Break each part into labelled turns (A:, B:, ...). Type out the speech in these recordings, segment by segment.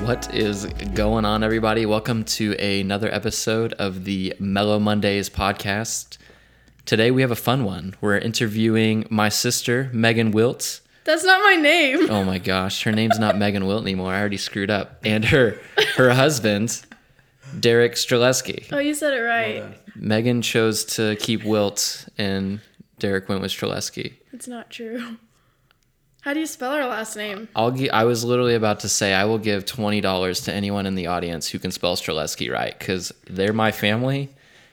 A: What is going on, everybody? Welcome to another episode of the Mellow Mondays podcast. Today we have a fun one. We're interviewing my sister, Megan Wilt.
B: That's not my name.
A: Oh my gosh, her name's not Megan Wilt anymore. I already screwed up. And her her husband, Derek Streleski.
B: Oh, you said it right.
A: Megan chose to keep Wilt and Derek went with Streleski.
B: It's not true. How do you spell our last name?
A: I'll gi- I was literally about to say I will give twenty dollars to anyone in the audience who can spell Streleski right because they're my family,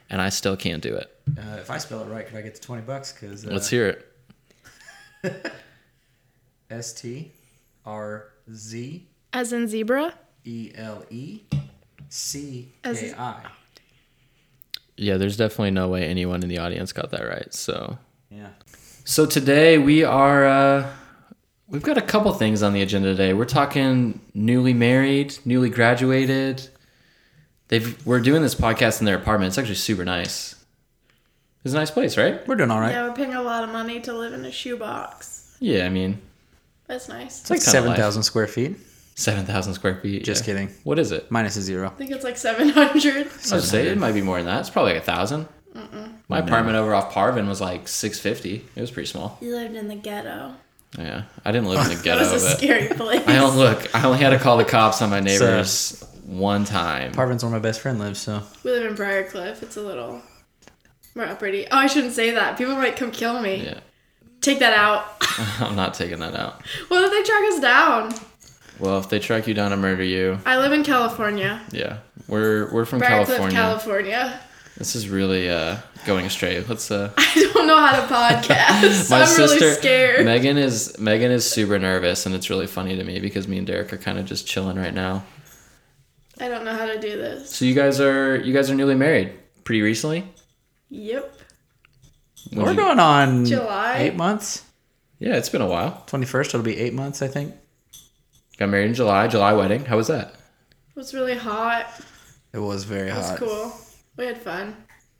A: and I still can't do it.
C: Uh, if I spell it right, could I get to 20 bucks? Because uh,
A: Let's hear it.
C: S T R Z
B: As in zebra?
C: E L E C
B: As-
C: K I.
A: Yeah, there's definitely no way anyone in the audience got that right. So,
C: Yeah.
A: so today we are uh, we've got a couple things on the agenda today. We're talking newly married, newly graduated. They've we're doing this podcast in their apartment. It's actually super nice. It's a nice place, right?
C: We're doing all right.
B: Yeah, we're paying a lot of money to live in a shoebox.
A: Yeah, I mean
B: That's nice.
C: It's like
A: It's kinda
C: 7,000 square feet.
A: seven thousand square feet.
C: Just
A: yeah.
C: kidding.
A: What is it?
C: Minus a zero.
B: I think it's like 700.
A: I would say it might be more than that. It's probably like a 1000 My apartment over off Parvin was like six fifty. It was pretty small.
B: You lived in the ghetto.
A: Yeah, I didn't live in the
B: That was
A: ghetto,
B: a
A: but
B: scary place.
A: I don't look. I only had to call the cops on my neighbors one time.
C: Parvin's where my best friend lives, so.
B: We live in Briarcliff. It's a little more uppity. Oh, I shouldn't say that. People might come kill me.
A: Yeah,
B: Take that out.
A: I'm not taking that out.
B: what if they track us down?
A: Well, if they track you down and murder you,
B: I live in California.
A: yeah, we're we're from
B: Briarcliff,
A: California.
B: California.
A: This is really uh, going astray. Let's uh,
B: I don't know how to podcast.
A: my
B: I'm
A: sister
B: really scared.
A: Megan is Megan is super nervous, and it's really funny to me because me and Derek are kind of just chilling right now.
B: I don't know how to do this.
A: So you guys are you guys are newly married pretty recently.
B: Yep.
A: When
C: We're
A: you-
C: going on
B: July?
C: eight months.
A: Yeah, it's been a while.
C: 21st, it'll be eight months, I think.
A: Got married in July. July wedding. How was that?
B: It was really hot.
C: It was very
B: It was
C: hot.
B: cool. We had fun.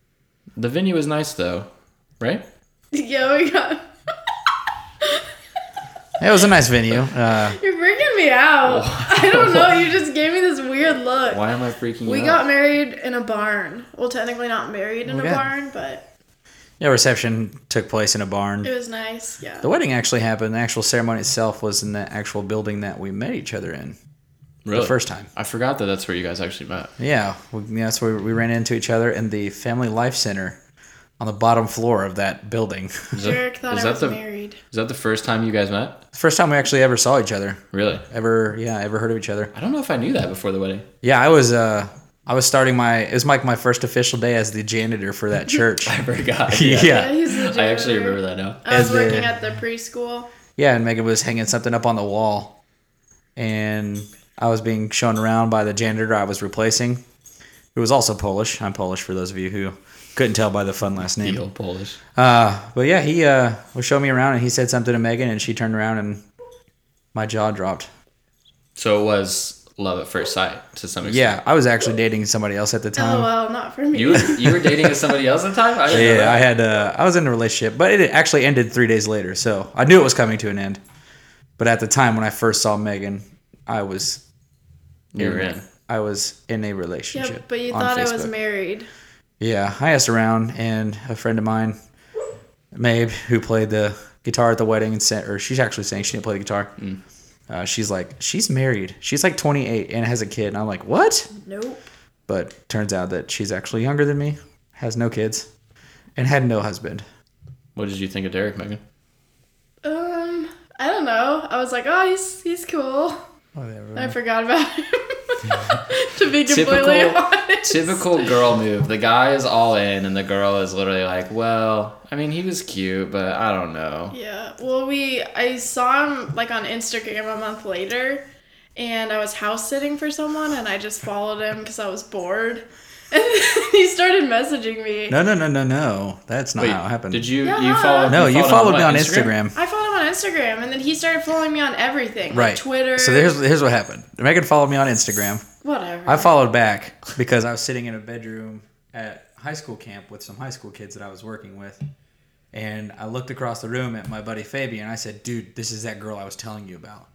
A: The venue was nice though, right?
B: Yeah, we got.
C: It was a nice venue. Uh,
B: You're freaking me out. I don't know. You just gave me this weird look.
A: Why am I freaking
B: We
A: out?
B: got married in a barn. Well, technically not married in
A: Oh,
C: Okay.
B: a barn, but
C: yeah, reception took place in a barn.
B: it was nice. Yeah.
C: The wedding actually happened. The actual ceremony itself was in the actual building that we met each other in
A: really?
C: the first time.
A: I forgot that that's where you guys actually met.
C: Yeah, we, yeah, that's where we ran into each other in the Family Life Center on the bottom floor of that building.
A: Is that-
B: Derek thought
A: is
B: I
A: that
B: was
A: the
B: married.
A: is that the first time you guys met?
C: First time we actually ever saw each other.
A: Really?
C: Ever, yeah, ever heard of each other.
A: I don't know if I knew that before the wedding.
C: Yeah, I was, uh, I was starting my, it was like my first official day as the janitor for that church.
A: I forgot.
C: yeah.
B: Yeah,
C: yeah.
B: he's the
A: I actually
B: janitor.
A: remember that now.
B: I was
C: As the-
B: working at the preschool.
C: and Megan was hanging something up on the wall. And I was being shown around by the janitor I was replacing, who was also Polish. I'm Polish for those of you who couldn't tell by the fun last name.
A: The old Polish.
C: Uh, but yeah, he uh, was showing me around, and he said something to Megan, and she turned around, and my jaw dropped.
A: So it was love at first sight to some extent.
C: Yeah, I was actually dating somebody else at the time.
B: LOL, not for me.
A: Um, You were, you were dating somebody else at the time. I didn't know
C: yeah,
A: that.
C: I had uh, I was in a relationship, but it actually ended three days later, so I knew it was coming to an end. But at the time when I first saw Megan, I was
A: you were in.
C: I was in a relationship.
B: yeah, but you
C: on
B: thought I was
C: Facebook.
B: married.
C: Yeah, I asked around, and a friend of mine, Mabe, who played the guitar at the wedding, and sent, or she's actually saying she didn't play the guitar. Uh, she's like, she's married. She's like 28 and has a kid. And I'm like, what?
B: Nope.
C: But turns out that she's actually younger than me, has no kids, and had no husband.
A: What did you think of Derek, Megan?
B: Um, I don't know. I was like, oh, he's he's cool. And I forgot about him. to be completely
A: Typical-
B: honest.
A: Typical girl move. The guy is all in, and the girl is literally like, "Well, I mean, he was cute, but I don't know."
B: Yeah. Well, we I saw him like on Instagram a month later, and I was house sitting for someone, and I just followed him because I was bored. And then he started messaging me.
C: No, no, no, no, no. That's not
A: Wait,
C: how it happened.
A: Did you? You
B: Yeah.
A: followed?
C: No, you
A: him
C: followed me
A: what,
C: on Instagram.
B: I followed him on Instagram, and then he started following me on everything, like
C: Right.
B: Twitter,
C: So here's, here's what happened Megan followed me on Instagram.
B: whatever.
C: I followed back because I was sitting in a bedroom at high school camp with some high school kids that I was working with. And I looked across the room at my buddy Fabian. and I said, Dude, this is that girl I was telling you about.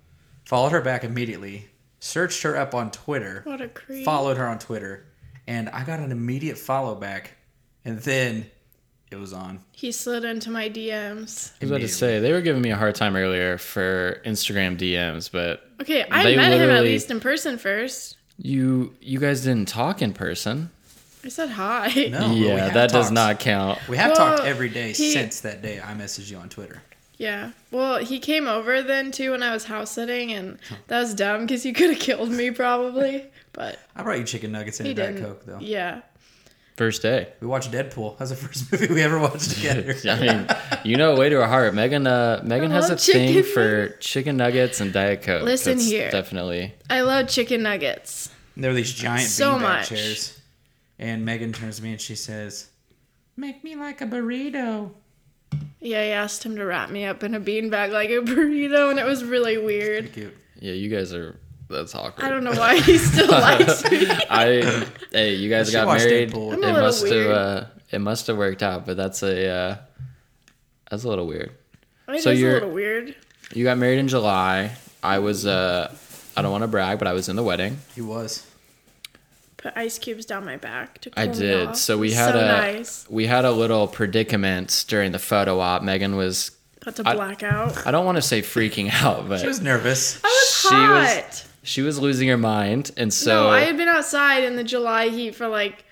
C: Followed her back immediately, searched her up on Twitter,
B: What a creep.
C: followed her on Twitter, and I got an immediate follow back. And then it was on.
B: He slid into my DMs.
A: I was about to say they were giving me a hard time earlier for Instagram DMs, but
B: Okay, I
A: They
B: met him at
A: literally-
B: least in person first.
A: you you guys didn't talk in person.
B: I said hi.
C: No, but we
A: yeah,
C: have
A: that does
C: talked.
A: not count.
C: We have
B: Well,
C: talked every day
B: he-
C: since that day I messaged you on Twitter.
B: Yeah. Well, he came over then too when I was house sitting, and that was dumb because you could have killed me probably. But
C: I brought you chicken nuggets and
B: he
C: a Diet
B: didn't.
C: Coke, though.
B: Yeah.
A: First day.
C: We watched Deadpool. That's the first movie we ever watched together.
A: I mean, you know, way to her heart. Megan, uh, Megan has a
B: love
A: thing
B: chicken
A: for chicken nuggets and diet coke.
B: Listen
A: That's
B: here.
A: definitely.
B: I love chicken nuggets.
C: And there were these giant
B: So
C: beanbag
B: much.
C: chairs. And Megan turns to me and she says, Make me like a burrito.
B: Yeah, I asked him to wrap me up in a beanbag like a burrito, and it was really weird.
C: Pretty cute.
A: Yeah, you guys are. That's awkward.
B: I don't know why he still likes me.
A: I hey, you guys
C: should
A: got
C: watch
A: married.
C: Deadpool.
B: I'm
A: It
B: a little
A: must have.
B: weird.
A: Uh, it must have worked out, but that's a. Uh, that's a little weird.
B: It
A: So
B: is
A: you're-
B: a little weird.
A: You got married in July. I was. Uh, I don't want to brag, but I was in the wedding.
C: He was.
B: Put ice cubes down my back to cool
A: I
B: me
A: did.
B: off.
A: So we
B: It's
A: had
B: Oh, so
A: a
B: nice.
A: we had a little predicament during the photo op. Megan was.
B: About to
A: I-
B: black out.
A: I don't want to say freaking out, but
C: She was nervous.
B: I was
A: she was-
B: hot.
A: she was losing her mind, and so
B: no, I had been outside in the July heat for like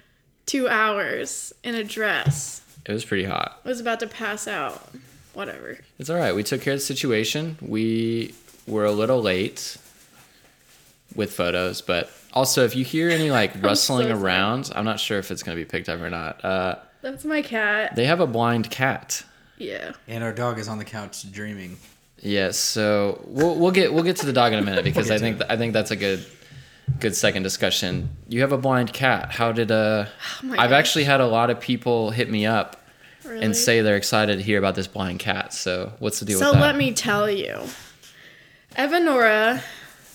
B: two hours in a dress.
A: it was pretty hot.
B: I was about to pass out. Whatever.
A: It's all right. We took care of the situation. We were a little late with photos, but also if you hear any like rustling
B: so sorry.
A: around, I'm not sure if it's going to be picked up or not. Uh,
B: That's my cat.
A: they have a blind cat.
B: Yeah.
C: And our dog is on the couch dreaming.
A: Yes, so we'll we'll get we'll get to the dog in a minute because
C: get
A: I
C: to
A: think I think that's a good good second discussion. You have a blind cat. How did uh
B: Oh my
A: I've
B: gosh.
A: actually had a lot of people hit me up
B: Really.
A: and say they're excited to hear about this blind cat. So, what's the deal
B: so
A: with that?
B: let me tell you. Evanora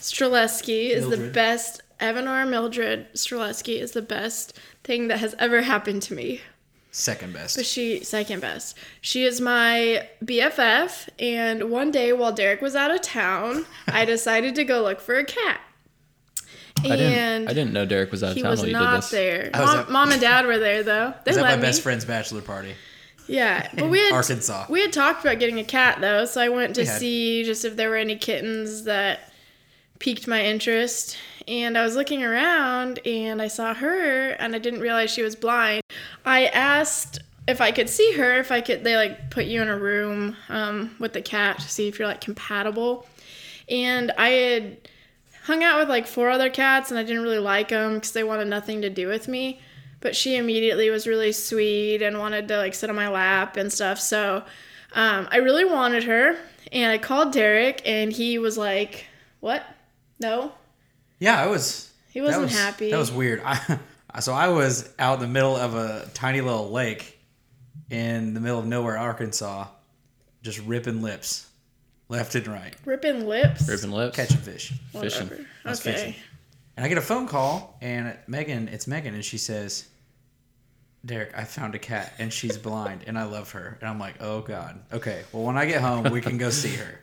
B: Streleski is the
C: Mildred.
B: best. Evanora Mildred Streleski is the best thing that has ever happened to me.
C: Second best.
B: But she second best. She is my BFF, and one day while Derek was out of town, I decided to go look for a cat. And
A: I didn't I didn't know Derek was out of
B: he
A: town
B: was
A: while you did
B: not
A: this.
B: there.
C: I was
B: Mom,
C: at-
B: Mom and Dad were there though. They
C: was at
B: let
C: my
B: me.
C: best friend's bachelor party.
B: Yeah, but we had
C: Arkansas.
B: We had talked about getting a cat though, so I went to
C: We had.
B: see just if there were any kittens that piqued my interest. And I was looking around and I saw her and I didn't realize she was blind. I asked if I could see her, if I could they like put you in a room um, with the cat to see if you're like compatible. And I had hung out with like four other cats and I didn't really like them because they wanted nothing to do with me. But she immediately was really sweet and wanted to like sit on my lap and stuff. So um, I really wanted her. And I called Derek and he was like, What? No?
C: Yeah, I was.
B: He wasn't
C: that was,
B: happy.
C: That was weird. I, so I was out in the middle of a tiny little lake in the middle of nowhere, Arkansas, just ripping lips left and right,
B: Ripping lips?
A: Ripping lips.
C: catching fish.
A: fishing.
B: Whatever.
C: I was
B: okay.
C: fishing. And I get a phone call, and Megan, it's Megan, and she says, Derek, I found a cat, and she's blind, and I love her. And I'm like, oh, God. Okay, well, when I get home, we can go see her.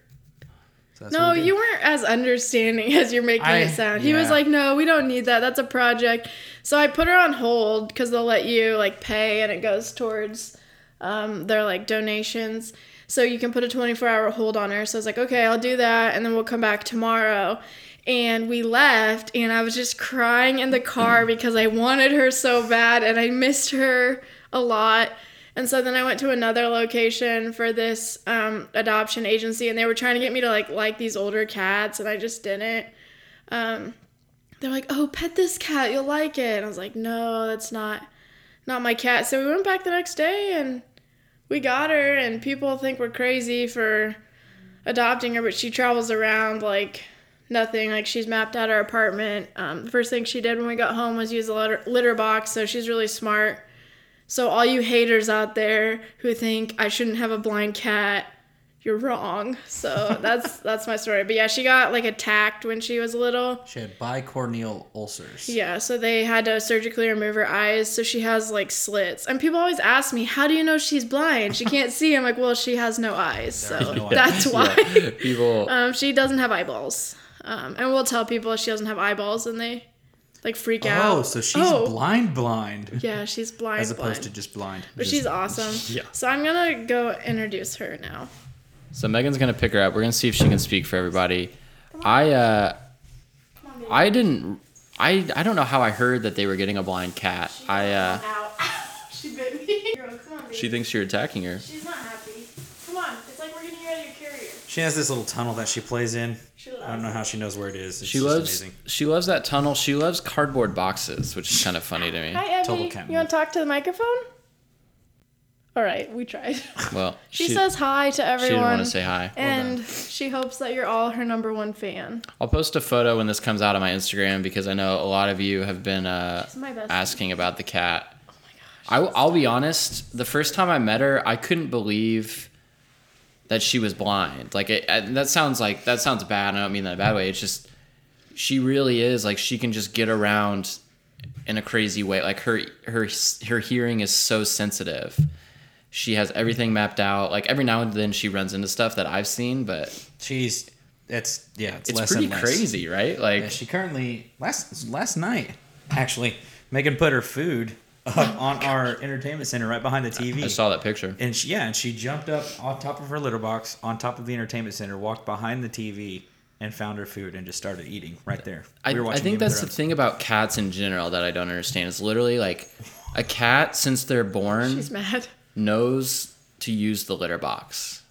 C: So that's what
B: No,
C: we did.
B: you weren't as understanding as you're making
C: I-
B: it sound. He was
C: yeah.
B: like, "No, we don't need that. That's a project." So I put her on hold because they'll let you like pay, and it goes towards um, their like donations. So you can put a 24 hour hold on her. So I was like, "Okay, I'll do that, and then we'll come back tomorrow." And we left, and I was just crying in the car because I wanted her so bad, and I missed her a lot. And so then I went to another location for this um, adoption agency, and they were trying to get me to like like these older cats, and I just didn't. Um, they're like, "Oh, pet this cat, you'll like it." And I was like, "No, that's not not my cat." So we went back the next day, and we got her. And people think we're crazy for adopting her, but she travels around like nothing. Like she's mapped out our apartment. Um, the first thing she did when we got home was use a litter, litter box. So she's really smart. So, all you haters out there who think I shouldn't have a blind cat, you're wrong. So that's that's my story. But yeah, she got like attacked when she was little.
C: She had bicorneal ulcers.
B: Yeah, so they had to surgically remove her eyes, so she has like slits. And people always ask me, "How do you know she's blind? She can't see." I'm like, "Well, she has no eyes, so
C: no eyes.
B: that's why."
A: People
B: Um, she doesn't have eyeballs. Um, and we'll tell people she doesn't have eyeballs and they like freak out.
C: Oh, so she's
B: Oh,
C: blind, blind,
B: Yeah, she's blind.
C: as opposed
B: blind.
C: to just blind.
B: But she's awesome.
C: Yeah.
B: So I'm gonna go introduce her now.
A: So Megan's gonna pick her up. We're gonna see if she can speak for everybody. I uh, I didn't. I I don't know how I heard that they were getting a blind cat. I uh,
B: she bit me. Girl, come on, baby.
A: she thinks you're attacking her.
B: She's not happy. Come on, it's like we're getting you out of your carrier.
C: She has this little tunnel that she plays in.
B: She
C: I don't
B: loves.
C: know how she knows where it is. It's
A: She
C: just
A: loves
C: amazing.
A: she loves that tunnel. She loves cardboard boxes, which is kind of funny to me.
B: Hi, Evie.
C: Total cat
B: You want to talk to the microphone? All right, we tried.
A: Well,
B: She, says hi to
A: she didn't
B: everyone,
A: want to say hi.
B: and she hopes that you're all her number one fan.
A: I'll post a photo when this comes out on my Instagram because I know a lot of you have been uh,
B: She's my Oh best.
A: asking about the cat. I, I'll be honest. The first time I met her, I couldn't believe that she was blind. Like it, and that sounds like that sounds bad. I don't mean that in a bad way. It's just she really is like she can just get around in a crazy way. Like her her her hearing is so sensitive. She has everything mapped out. Like every now and then she runs into stuff that I've seen, but
C: She's that's yeah. It's,
A: it's
C: less
A: pretty
C: and less.
A: crazy, right? Like
C: Yeah, she currently last last night actually Megan put her food up on our entertainment center right behind the TV.
A: Oh I saw that picture.
C: And she, yeah, and she jumped up on top of her litter box, on top of the entertainment center, walked behind the TV, and found her food and just started eating right there.
A: I, I
C: Game
A: think
C: of
A: that's the
C: Thrones.
A: thing about cats in general that I don't understand. Is literally like a cat since they're born
B: She's mad.
A: knows to use the litter box,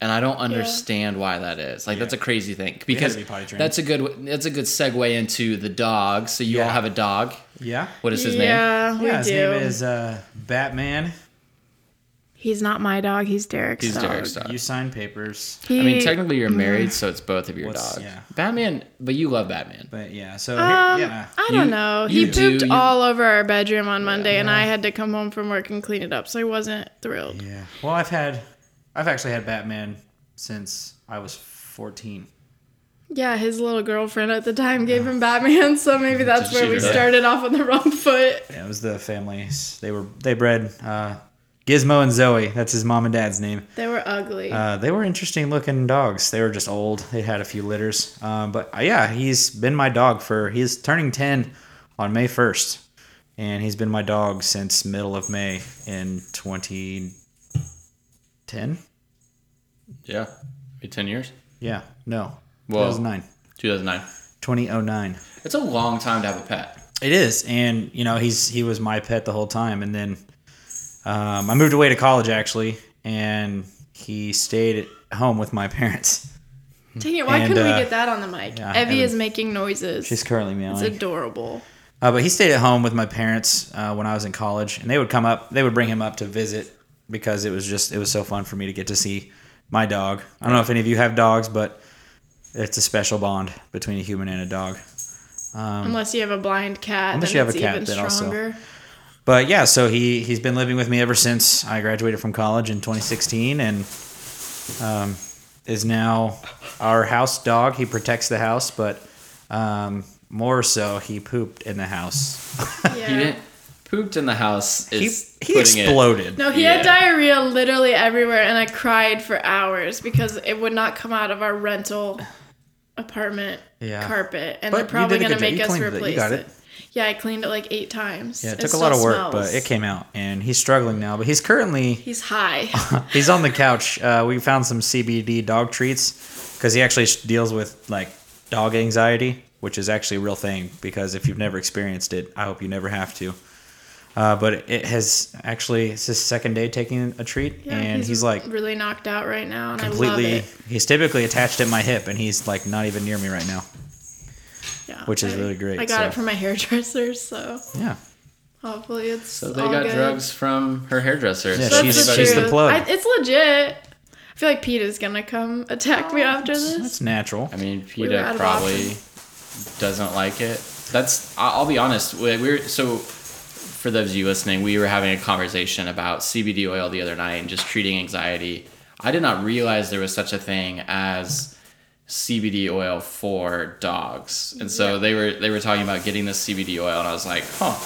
A: and I don't understand why that is. Like that's a crazy thing because
C: be potty trained.
A: that's a good that's a good segue into the dog. So you all
C: Yeah.
A: have a dog.
C: Yeah.
A: What is his name?
B: yeah, we
C: yeah, his
B: do.
C: name is uh, Batman.
B: He's not my dog. He's Derek's
A: He's
B: dog.
A: Derek's dog.
C: You sign papers,
B: He,
A: I mean, technically you're married, so it's both of your
C: What's-
A: dogs.
C: yeah.
A: Batman, but you love Batman.
C: but yeah. So
B: Um,
C: here, yeah,
B: I don't
A: You-
B: know.
A: you
B: He
A: do,
B: pooped
A: you-
B: all over our bedroom on Monday, and I had to come home from work and clean it up, so I wasn't thrilled.
C: yeah. Well, I've had, I've actually had Batman since I was fourteen.
B: Yeah, his little girlfriend at the time gave him Batman, so maybe that's
A: Did
B: where
A: she
B: we
A: really?
B: started off on the wrong foot.
C: Yeah, it was the families. They were they bred uh, Gizmo and Zoe. That's his mom and dad's name.
B: They were ugly.
C: Uh, they were interesting looking dogs. They were just old. They had a few litters. Um, but uh, yeah, he's been my dog for he's turning ten on May first, and he's been my dog since middle of May in twenty ten.
A: Yeah, Maybe ten years.
C: Yeah, no,
A: Well-
C: 2009.
A: 2009.
C: 2009.
A: It's a long time to have a pet.
C: It is, and you know he's he was my pet the whole time, and then um, I moved away to college actually, and he stayed at home with my parents.
B: Dang it, why
C: and,
B: couldn't
C: uh,
B: we get that on the mic?
C: yeah,
B: Evie
C: Evan-
B: is making noises.
C: She's currently
B: it's
C: meowing.
B: adorable.
C: Uh, but he stayed at home with my parents uh, when I was in college, and they would come up. They would bring him up to visit because it was just it was so fun for me to get to see my dog. I don't know if any of you have dogs, but it's a special bond between a human and a dog.
B: unless you have a blind cat,
C: Um, Unless
B: unless
C: you have a
B: it's
C: cat,
B: even
C: then also-
B: stronger.
C: But yeah, so he he's been living with me ever since I graduated from college in 2016, and um, is now our house dog. He protects the house, but um, more so, he pooped in the house.
A: He
B: Yeah.
A: didn't, pooped in the house.
C: He,
A: Is
C: he
A: putting it-
C: exploded.
B: No, he had
A: Yeah.
B: diarrhea literally everywhere, and I cried for hours because it would not come out of our rental apartment
C: Yeah.
B: carpet, and
C: But
B: they're
C: you
B: probably
C: did
B: going
C: a good
B: to
C: job.
B: make
C: You
B: us
C: cleaned it. You
B: replace
C: got
B: it.
C: it.
B: Yeah, I cleaned it like eight times.
C: Yeah, it took a lot of work, but
B: smells.
C: it came out, and he's struggling now. But he's currently
B: He's high.
C: he's on the couch. Uh, we found some CBD dog treats because he actually sh- deals with like dog anxiety, which is actually a real thing. Because if you've never experienced it, I hope you never have to. Uh, but it has actually it's his second day taking a treat,
B: Yeah,
C: and he's, like
B: really knocked out right now, and I
C: completely.
B: love it.
C: He's typically attached at my hip, and he's like not even near me right now.
B: Yeah,
C: which is
B: I-
C: really great,
B: I got it
C: so-
B: from my hairdresser, so
C: Yeah,
B: hopefully it's
A: So they
B: all
A: got
B: good.
A: drugs from her hairdresser.
C: Yeah,
A: so
B: That's
C: She's-
B: the
A: anybody-
C: she's the
B: truth.
C: plug.
B: I, it's legit. I feel like Pete is gonna come attack me after
C: Oh, that's
B: this.
C: natural.
A: I mean,
B: were out
A: PETA
B: of
A: probably doesn't like it. That's. I- I'll be honest. We we were so. For those of you listening, we were having a conversation about CBD oil the other night and just treating anxiety. I did not realize there was such a thing as CBD oil for dogs, and so they were they were talking about getting this CBD oil, and I was like, huh.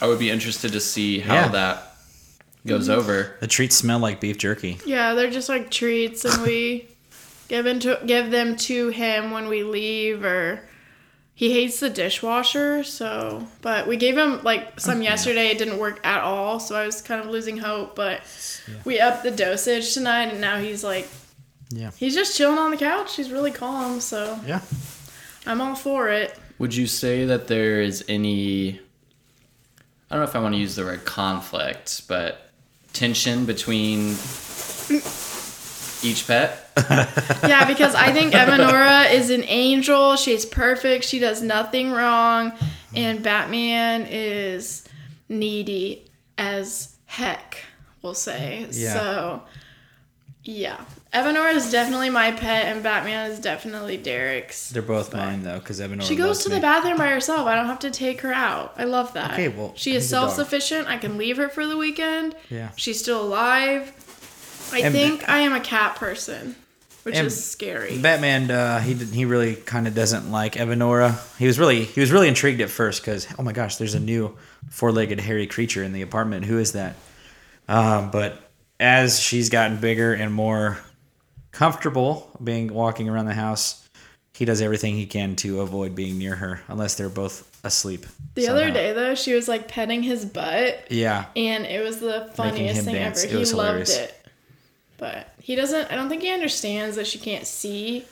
A: I would be interested to see how
C: Yeah.
A: that goes over.
B: Mm-hmm.
C: The treats smell like beef jerky.
B: Yeah, they're just like treats, and we Give into give them to him when we leave or he hates the dishwasher, so but we gave him like some yesterday, it didn't work at all, so I was kind of losing hope, but we upped the dosage tonight and now he's like
C: Yeah.
B: He's just chilling on the couch. He's really calm, so
C: Yeah.
B: I'm all for it.
A: Would you say that there is any I don't know if I want to use the word conflict, but tension between each pet?
B: Yeah, because I think Evanora is an angel. She's perfect. She does nothing wrong. And Batman is needy as heck, we'll say.
C: Yeah.
B: So, yeah. Evanora is definitely my pet, and Batman is definitely Derek's.
C: They're both mine though, because Evan.
B: She goes to the bathroom by herself. I don't have to take her out. I love that.
C: Okay, well,
B: she is
C: he's a dog.
B: self sufficient. I can leave her for the weekend.
C: Yeah.
B: She's still alive. I
C: And-
B: think I am a cat person, which
C: And-
B: is scary.
C: Batman, uh, he did, he really kind of doesn't like Evanora. He was really he was really intrigued at first because oh my gosh, there's a new four-legged hairy creature in the apartment. Who is that? Um, but as she's gotten bigger and more comfortable being walking around the house, he does everything he can to avoid being near her unless they're both asleep.
B: the other
C: somehow.
B: day, though, she was like petting his butt,
C: yeah,
B: and it was the funniest
C: him
B: thing
C: dance.
B: ever.
C: It
B: He loved
C: was hilarious.
B: it. But he doesn't, I don't think he understands that she can't see.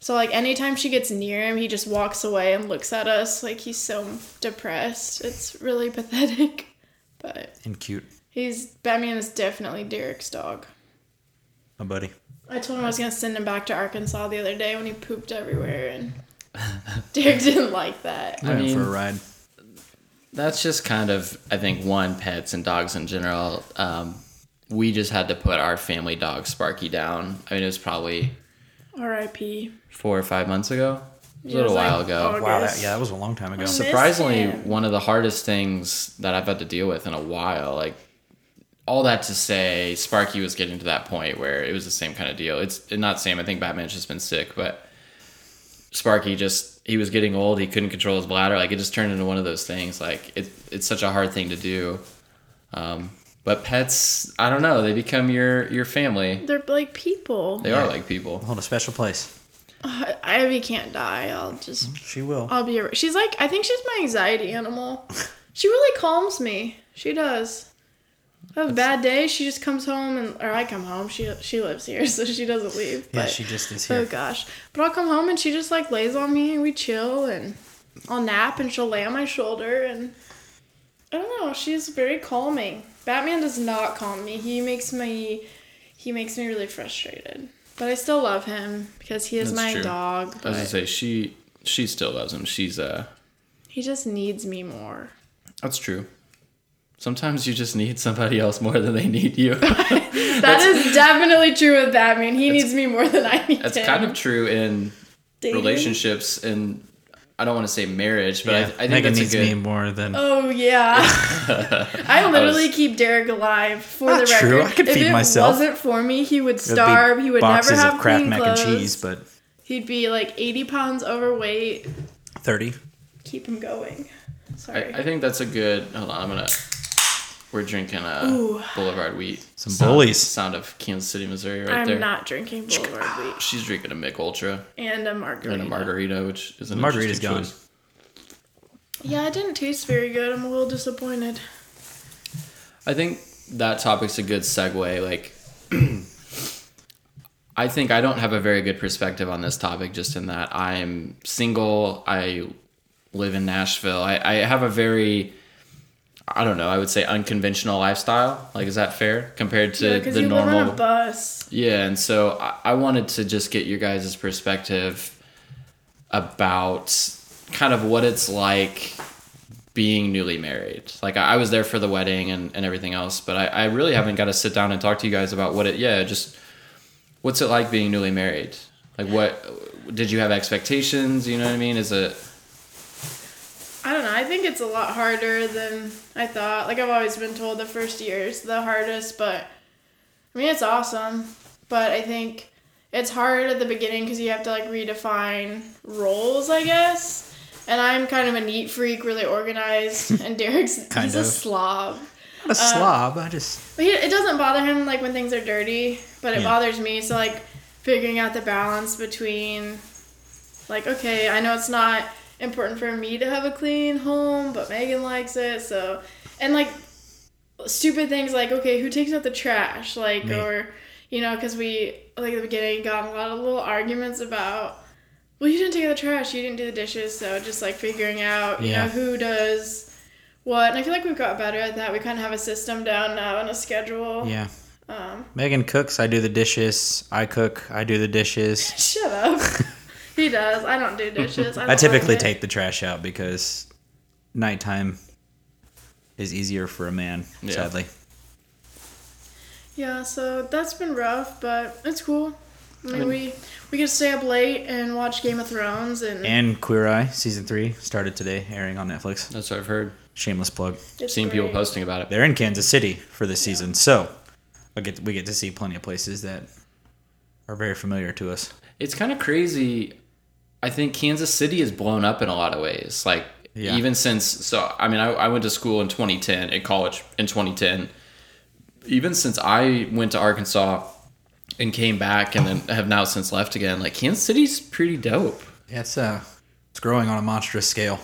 B: So, like, anytime she gets near him, he just walks away and looks at us like he's so depressed. It's really pathetic. But
C: and cute,
B: he's, Batman is definitely Derek's dog.
C: my buddy.
B: I told him I was gonna send him back to Arkansas the other day when he pooped everywhere, and Derek didn't like that.
A: I
C: Went
A: mean-
C: for a ride.
A: That's just kind of I think one pets and dogs in general. Um, we just had to put our family dog Sparky down. I mean, it was probably
B: R.I.P.
A: four or five months ago. It was
B: Yeah,
A: a
B: it was
A: little while
B: like
A: ago.
B: August.
C: Wow, that, yeah, that was a long time ago.
B: So-
A: surprisingly
B: him.
A: one of the hardest things that I've had to deal with in a while. Like all that to say, Sparky was getting to that point where it was the same kind of deal. It's not same. I think Batman's just been sick, but Sparky just he was getting old. He couldn't control his bladder. Like it just turned into one of those things. Like it, it's such a hard thing to do. Um, but pets, I don't know. They become your your family.
B: They're like people.
A: They are like people.
C: Hold a special place.
B: I Ivy can't die. I'll just,
C: She will.
B: I'll be. ar- She's like, I think she's my anxiety animal. She really calms me. She does. I have a bad day. She just comes home, and or I come home. She she lives here, so she doesn't leave.
C: yeah,
B: but-
C: she just is
B: Oh
C: here.
B: gosh. But I'll come home and she just like lays on me and we chill and I'll nap and she'll lay on my shoulder and I don't know, she's very calming. Batman does not calm me. He makes me he makes me really frustrated. But I still love him because he is
A: That's
B: my
A: true.
B: dog.
A: I was gonna
B: But
A: say she she still loves him. She's uh
B: he just needs me more.
A: That's true. Sometimes you just need somebody else more than they need you.
B: That is definitely true with Batman. He needs me more than I need
A: That's
B: him.
A: kind of true in
B: Dating?
A: relationships and I don't want to say marriage, but I, I think
C: Megan
A: that's
C: needs
A: a good.
C: me more than.
B: Oh yeah, I literally keep Derek alive for
C: Not
B: the record.
C: true. I could
B: if
C: feed
B: it
C: myself.
B: wasn't for me, he would
C: There'd be
B: starve. He would never
C: boxes
B: have
C: of Kraft
B: clean
C: mac
B: clothes.
C: and cheese, but
B: He'd be like eighty pounds overweight.
C: thirty.
B: Keep him going.
A: I,
B: Sorry.
A: I think that's a good. Hold on, I'm gonna. We're drinking a
B: Ooh.
A: Boulevard Wheat.
C: Some
A: sound,
C: bullies.
A: Sound of Kansas City, Missouri, right
B: am
A: there.
B: not drinking Boulevard Wheat
A: She's drinking a Mick Ultra
B: and a margarita.
A: and a margarita, which is an
C: Margarita's
A: interesting
C: gone.
A: choice.
B: Yeah, it didn't taste very good. I'm a little disappointed.
A: I think that topic's a good segue. Like, I think I don't have a very good perspective on this topic, just in that I'm single. I live in Nashville. I, I have a very, I don't know, I would say unconventional lifestyle. Like, is that fair compared to
B: Yeah, because
A: the
B: you
A: normal?
B: live on a bus.
A: Yeah, and so I, I wanted to just get your guys' perspective about kind of what it's like being newly married. Like I, I was there for the wedding and, and everything else, but I, I really haven't got to sit down and talk to you guys about what it yeah, just what's it like being newly married? Like what did you have expectations? You know what I mean? Is it
B: I don't know. I think it's a lot harder than I thought. Like I've always been told, the first year is the hardest, but I mean it's awesome. But I think it's hard at the beginning because you have to like redefine roles, I guess. And I'm kind of a neat freak, really organized, and Derek's
C: Kind
B: he's a
C: of.
B: slob.
C: A
B: Uh,
C: slob. I just
B: But he, it doesn't bother him like when things are dirty, but it
C: Yeah.
B: bothers me. So like figuring out the balance between like okay i know it's not important for me to have a clean home but megan likes it so and like stupid things like okay who takes out the trash like
C: Me.
B: or you know because we like at the beginning got in a lot of little arguments about well you didn't take out the trash you didn't do the dishes so just like figuring out you
C: Yeah.
B: know who does what and i feel like we've got better at that we kind of have a system down now and a schedule
C: Yeah.
B: um,
C: Megan cooks. I do the dishes. I cook. I do the dishes.
B: shut up he does i don't do dishes i,
C: I
B: don't
C: typically
B: like it.
C: take the trash out because nighttime is easier for a man,
A: Yeah.
C: sadly.
B: Yeah, so that's been rough, but it's cool. I mean, we we could stay up late and watch Game of Thrones, and,
C: And Queer Eye season three started today, airing on Netflix.
A: That's what I've heard.
C: Shameless plug.
B: it's
A: Seen people
B: great.
A: posting about it.
C: They're in Kansas City for this season, so I get we get to see plenty of places that are very familiar to us.
A: It's kind of crazy. I think Kansas City is blown up in a lot of ways. Like
C: Yeah.
A: even since so I mean I, I went to school in 2010 in college in 2010. Even since I went to Arkansas and came back and then have now since left again, like Kansas City's pretty dope.
C: Yeah, it's uh, it's growing on a monstrous scale.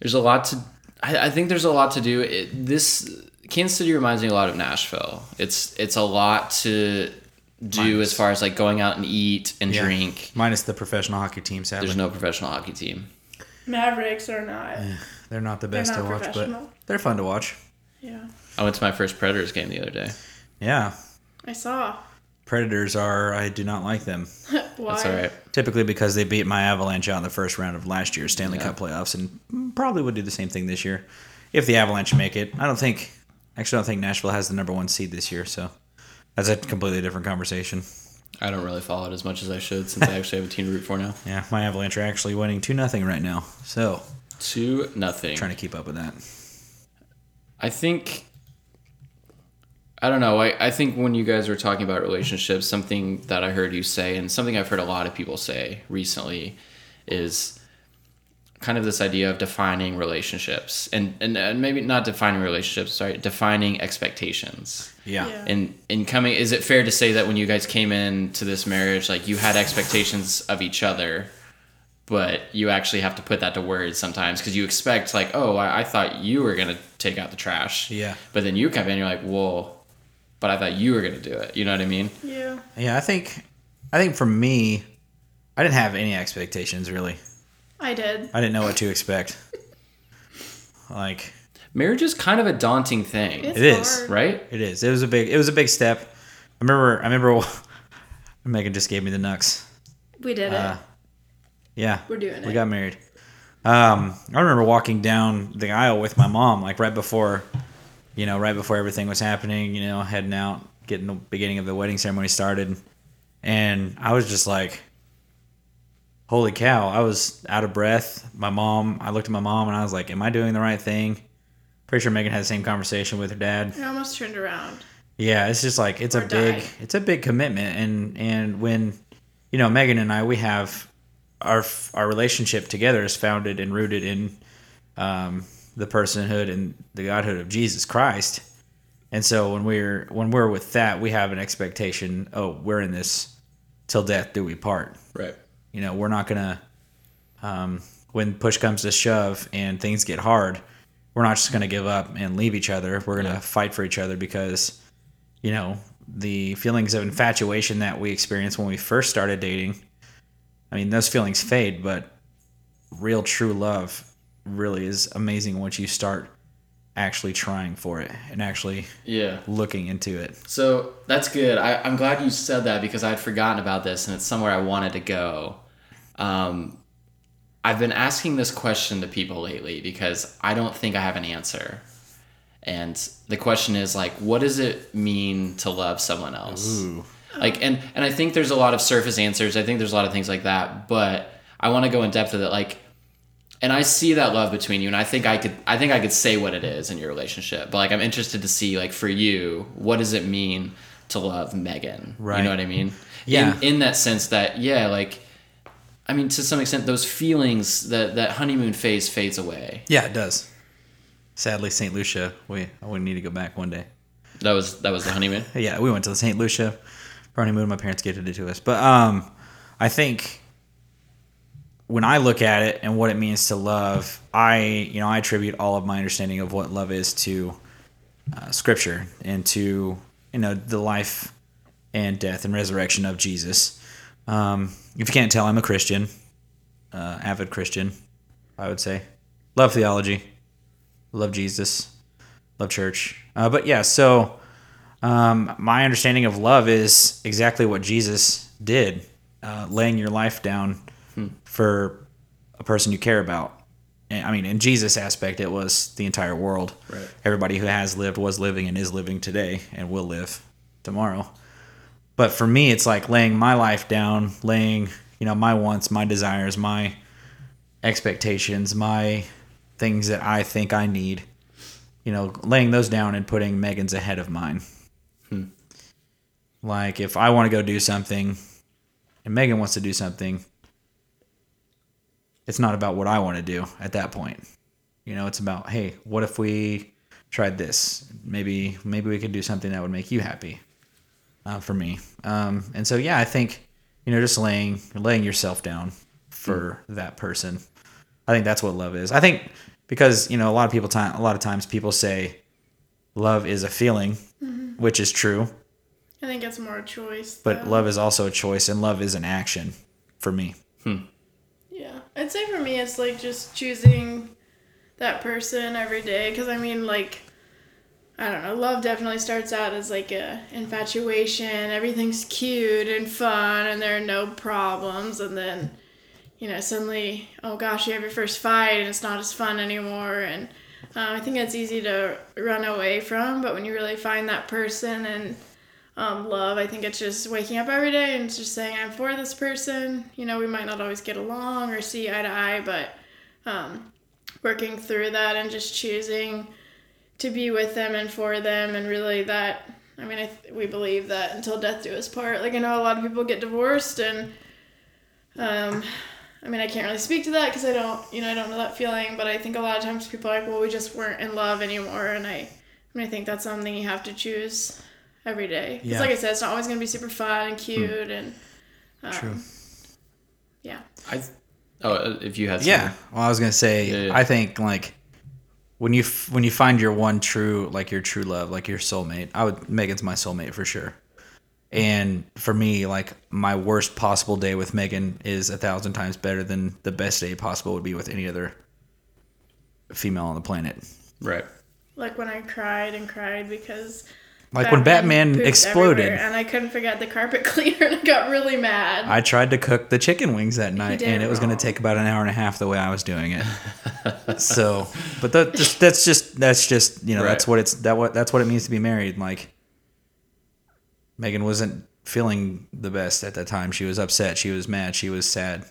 A: There's a lot to. I, I think there's a lot to do. It, this Kansas City reminds me a lot of Nashville. It's it's a lot to do as far as like going out and eat and
C: Yeah.
A: drink.
C: Minus the professional hockey team, sadly.
A: There's no professional hockey team.
B: Mavericks or not. Yeah.
C: they're not the best
B: not
C: to watch, but
B: professional.
C: they're fun to watch.
A: I went to my first Predators game the other day.
C: Yeah,
B: I saw.
C: Predators are. I do not like them.
B: Why?
A: That's all right.
C: Typically because they beat my Avalanche out in the first round of last year's Stanley Cup playoffs, and probably would do the same thing this year if the Avalanche make it. I don't think. Actually, I don't think Nashville has the number one seed this year, so that's a completely different conversation.
A: I don't really follow it as much as I should since I actually have a team to root for now.
C: Yeah, my Avalanche are actually winning two nothing right now, so
A: Two nothing.
C: trying to keep up with that.
A: I think I don't know. I, I think when you guys were talking about relationships, something that I heard you say and something I've heard a lot of people say recently is kind of this idea of defining relationships and, and, and maybe not defining relationships, sorry, defining expectations.
C: Yeah,
B: Yeah.
A: And and coming is it fair to say that when you guys came in to this marriage, like you had expectations of each other, but you actually have to put that to words sometimes because you expect like, oh, I, I thought you were gonna take out the trash.
C: Yeah.
A: But then you come in, you're like, whoa, but I thought you were gonna do it. You know what I mean?
B: Yeah.
C: yeah. I think, I think for me, I didn't have any expectations really.
B: I did.
C: I didn't know what to expect. like
A: Marriage is kind of a daunting thing,
B: It's
C: It is,
B: hard.
A: right?
C: It is. It was a big. It was a big step. I remember. I remember. Megan just gave me the knucks.
B: We did
C: Uh,
B: it.
C: Yeah,
B: We're doing
C: We
B: it.
C: got married. Um, I remember walking down the aisle with my mom, like right before, you know, right before everything was happening. You know, heading out, getting the beginning of the wedding ceremony started, and I was just like, "Holy cow!" I was out of breath. My mom. I looked at my mom and I was like, "Am I doing the right thing?" Pretty sure Megan had the same conversation with her dad.
B: I almost turned around.
C: Yeah, it's just like it's a
B: Or
C: big
B: die.
C: it's a big commitment and and when you know Megan and I we have our f- our relationship together is founded and rooted in um, the personhood and the godhood of Jesus Christ. And so when we're when we're with that, we have an expectation, oh, we're in this till death do we part.
A: Right.
C: You know, we're not gonna um, when push comes to shove and things get hard, we're not just gonna give up and leave each other. We're gonna
A: Yeah.
C: fight for each other because, you know, the feelings of infatuation that we experienced when we first started dating. I mean, those feelings fade, but real true love really is amazing once you start actually trying for it and actually
A: Yeah.
C: looking into it.
A: So that's good. I, I'm glad you said that because I had forgotten about this and it's somewhere I wanted to go. Um, I've been asking this question to people lately because I don't think I have an answer. And the question is like, what does it mean to love someone else? Like, and and I think there's a lot of surface answers. I think there's a lot of things like that, but I want to go in depth with it. Like, and I see that love between you, and I think I could, I think I could say what it is in your relationship. But like, I'm interested to see, like, for you, what does it mean to love Megan? You
C: Right.
A: know what I mean?
C: Yeah.
A: In, in that sense, that yeah, like, I mean, to some extent, those feelings that that honeymoon phase fades away.
C: Yeah, it does. Sadly, St. Lucia, we I would need to go back one day.
A: That was that was the honeymoon.
C: Yeah, we went to St. Lucia. honeymoon. My parents gifted it to us, but um, I think when I look at it and what it means to love, I you know I attribute all of my understanding of what love is to uh, Scripture and to you know the life and death and resurrection of Jesus. Um, if you can't tell, I'm a Christian, uh, avid Christian. I would say, love theology, love Jesus, love church. Uh, but yeah, so um, my understanding of love is exactly what Jesus did, uh, laying your life down for a person you care about. And, I mean, in Jesus' aspect, it was the entire world.
A: Right.
C: Everybody who has lived was living and is living today and will live tomorrow. But for me, it's like laying my life down, laying you know my wants, my desires, my expectations, my things that I think I need, you know, laying those down and putting Megan's ahead of mine. Like if I want to go do something and Megan wants to do something, it's not about what I want to do at that point. You know, it's about, hey, what if we tried this? Maybe maybe we could do something that would make you happy. Uh, for me. Um, and so yeah, I think, you know, just laying laying yourself down for that person. I think that's what love is. I think because you know a lot of people time a lot of times people say love is a feeling, which is true,
B: I think it's more a choice.
C: but
B: though.
C: love is also a choice and love is an action for me.
B: Yeah. I'd say for me, it's like just choosing that person every day. Because, I mean, like, I don't know. Love definitely starts out as like a infatuation. Everything's cute and fun, and there are no problems. And then, you know, suddenly, oh gosh, you have your first fight, and it's not as fun anymore. And um, I think that's easy to run away from. But when you really find that person and um, love. I think it's just waking up every day and just saying, I'm for this person. You know, we might not always get along or see eye to eye, but um, working through that and just choosing to be with them and for them. And really, that I mean, I th- we believe that until death do us part. Like, I know a lot of people get divorced, and um, I mean, I can't really speak to that because I don't, you know, I don't know that feeling, but I think a lot of times people are like, well, we just weren't in love anymore. And I, I mean, I think that's something you have to choose every day. Because,
C: Yeah. Hmm.
B: like I said, it's not always going to be super fun and cute and. Um,
C: True.
B: Yeah.
A: I, oh, uh, if you had something.
C: Yeah. Well, I was gonna say,
A: Yeah, yeah.
C: I think like when you f- when you find your one true, like your true love, like your soulmate. I would Megan's my soulmate for sure. And for me, like my worst possible day with Megan is a thousand times better than the best day possible would be with any other female on the planet.
A: right.
B: Like when I cried and cried because.
C: Like when Batman
B: pooped
C: exploded,
B: everywhere, and I couldn't figure out the carpet cleaner, and I got really mad.
C: I tried to cook the chicken wings that night,
B: did
C: and
B: it
C: it was going
B: wrong.
C: to take about an hour and a half the way I was doing it. so, but that just, that's just that's just you know that's
A: Right.
C: what it's that what that's what it means to be married. Like Megan wasn't feeling the best at that time. She was upset. She was mad. She was sad.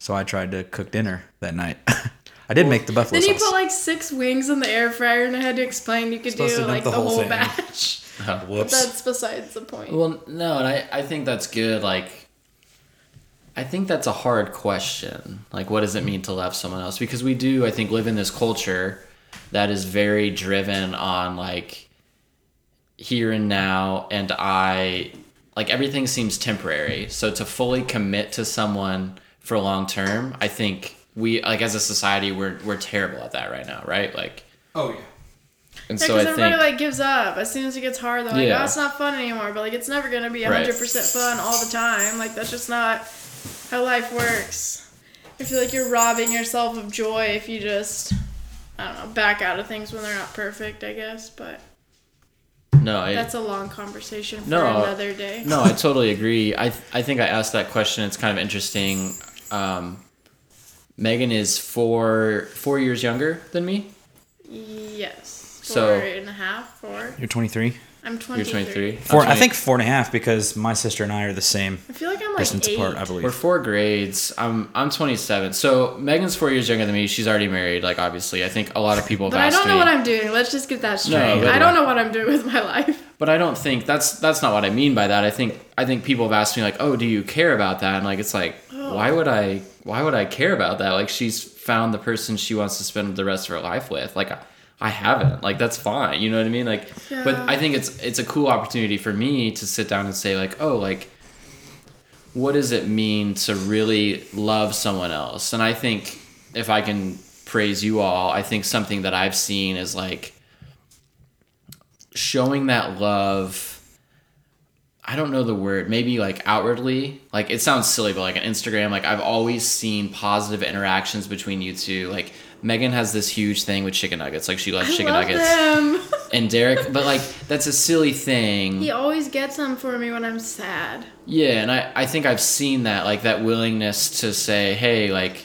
C: So I tried to cook dinner that night. I did make the buffalo
B: Then you
C: sauce.
B: put like six wings in the air fryer, and I had to explain you could do
C: Supposed to dump
B: like
C: the
B: the,
C: whole
B: whole
C: thing.
B: batch.
A: Ah,
C: Whoops.
B: That's besides the point.
A: Well, no, and I, I think that's good. Like, I think that's a hard question. Like, what does it mean to love someone else? Because we do, I think, live in this culture that is very driven on like here and now, and I like everything seems temporary. So to fully commit to someone for long term, I think we like as a society we're we're terrible at that right now, right? Like,
C: oh yeah.
A: and
B: yeah,
A: so I
B: because everybody
A: think
B: like gives up as soon as it gets hard. They're like,
A: Yeah.
B: "Oh, it's not fun anymore." But like, it's never gonna be
A: Right.
B: hundred percent fun all the time. Like, that's just not how life works. I feel like you're robbing yourself of joy if you just, I don't know, back out of things when they're not perfect. I guess, but
A: no, I,
B: that's a long conversation for
A: No. uh,
B: another day.
A: No, I totally agree. I I think I asked that question. It's kind of interesting. Um, Megan is four four years younger than me.
B: Yes. Four
A: So-
B: and a half, four.
C: You're 23.
B: I'm 23.
A: You're twenty three.
C: Four. I think four and a half because my sister and I are the same
B: I feel like I'm like
C: distance
B: eight.
C: apart. I believe.
A: we're four grades. I'm I'm twenty seven. So Megan's four years younger than me. She's already married. Like obviously, I think a lot of people. have
B: But I
A: asked
B: don't know
A: me-
B: what I'm doing. Let's just get that straight.
A: but-
B: I don't know what I'm doing with my life.
A: But I don't think that's that's not what I mean by that. I think I think people have asked me like, "Oh, do you care about that?" And like it's like, "Why would I why would I care about that?" Like she's found the person she wants to spend the rest of her life with. Like I, I haven't. Like that's fine. You know what I mean? Like but
B: Yeah.
A: I think it's it's a cool opportunity for me to sit down and say like, "Oh, like what does it mean to really love someone else?" And I think if I can praise you all, I think something that I've seen is like showing that love I don't know the word, maybe like outwardly. Like it sounds silly, but like on Instagram, like I've always seen positive interactions between you two. Like Megan has this huge thing with chicken nuggets. Like she loves
B: I
A: chicken
B: love
A: nuggets.
B: them.
A: And Derek, but like that's a silly thing.
B: he always gets them for me when I'm sad.
A: Yeah, and I, I think I've seen that, like that willingness to say, hey, like,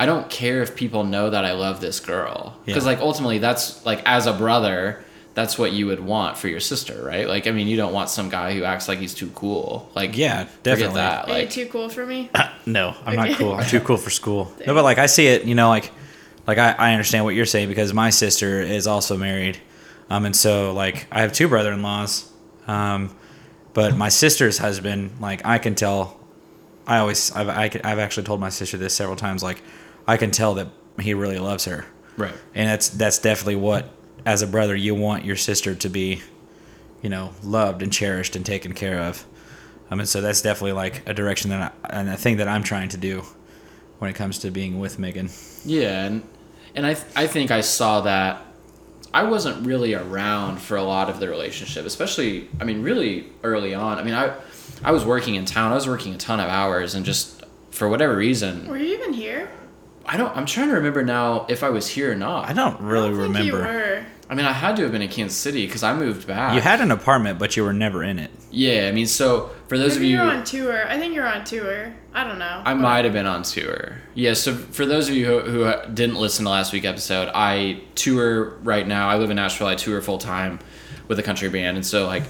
A: I don't care if people know that I love this girl. Because,
C: Yeah.
A: like, ultimately, that's, like, as a brother, that's what you would want for your sister, right? Like, I mean, you don't want some guy who acts like he's too cool. Like,
C: Yeah,
A: forget
C: definitely.
A: that.
B: Are you
A: Like,
B: too cool for me?
C: No, I'm not cool. I'm too cool for school. No, but like I see it, you know, like like I, I understand what you're saying because my sister is also married. Um and so like I have two brother in laws. Um but my sister's husband, like I can tell I always I've I can, I've actually told my sister this several times, like I can tell that he really loves her.
A: right.
C: And that's that's definitely what as a brother you want your sister to be, you know, loved and cherished and taken care of. I mean, so that's definitely like a direction that I, and a thing that I'm trying to do when it comes to being with Megan.
A: Yeah, and and I th- I think I saw that. I wasn't really around for a lot of the relationship, especially I mean really early on. I mean I I was working in town. I was working a ton of hours and just for whatever reason,
B: Were you even here?
A: I don't I'm trying to remember now if I was here or not.
C: I
A: I,
C: don't really
B: I think you
C: remember.
B: were.
A: I mean I had to have been in Kansas City cuz I moved back.
C: You had an apartment, but you were never in it.
A: Yeah, I mean so for those
B: Maybe
A: of you
B: you were on tour. I think you were on tour. I don't know.
A: I might have been on tour. Yeah, so for those of you who, who didn't listen to last week's episode, I tour right now. I live in Nashville. I tour full time with a country band. And so, like,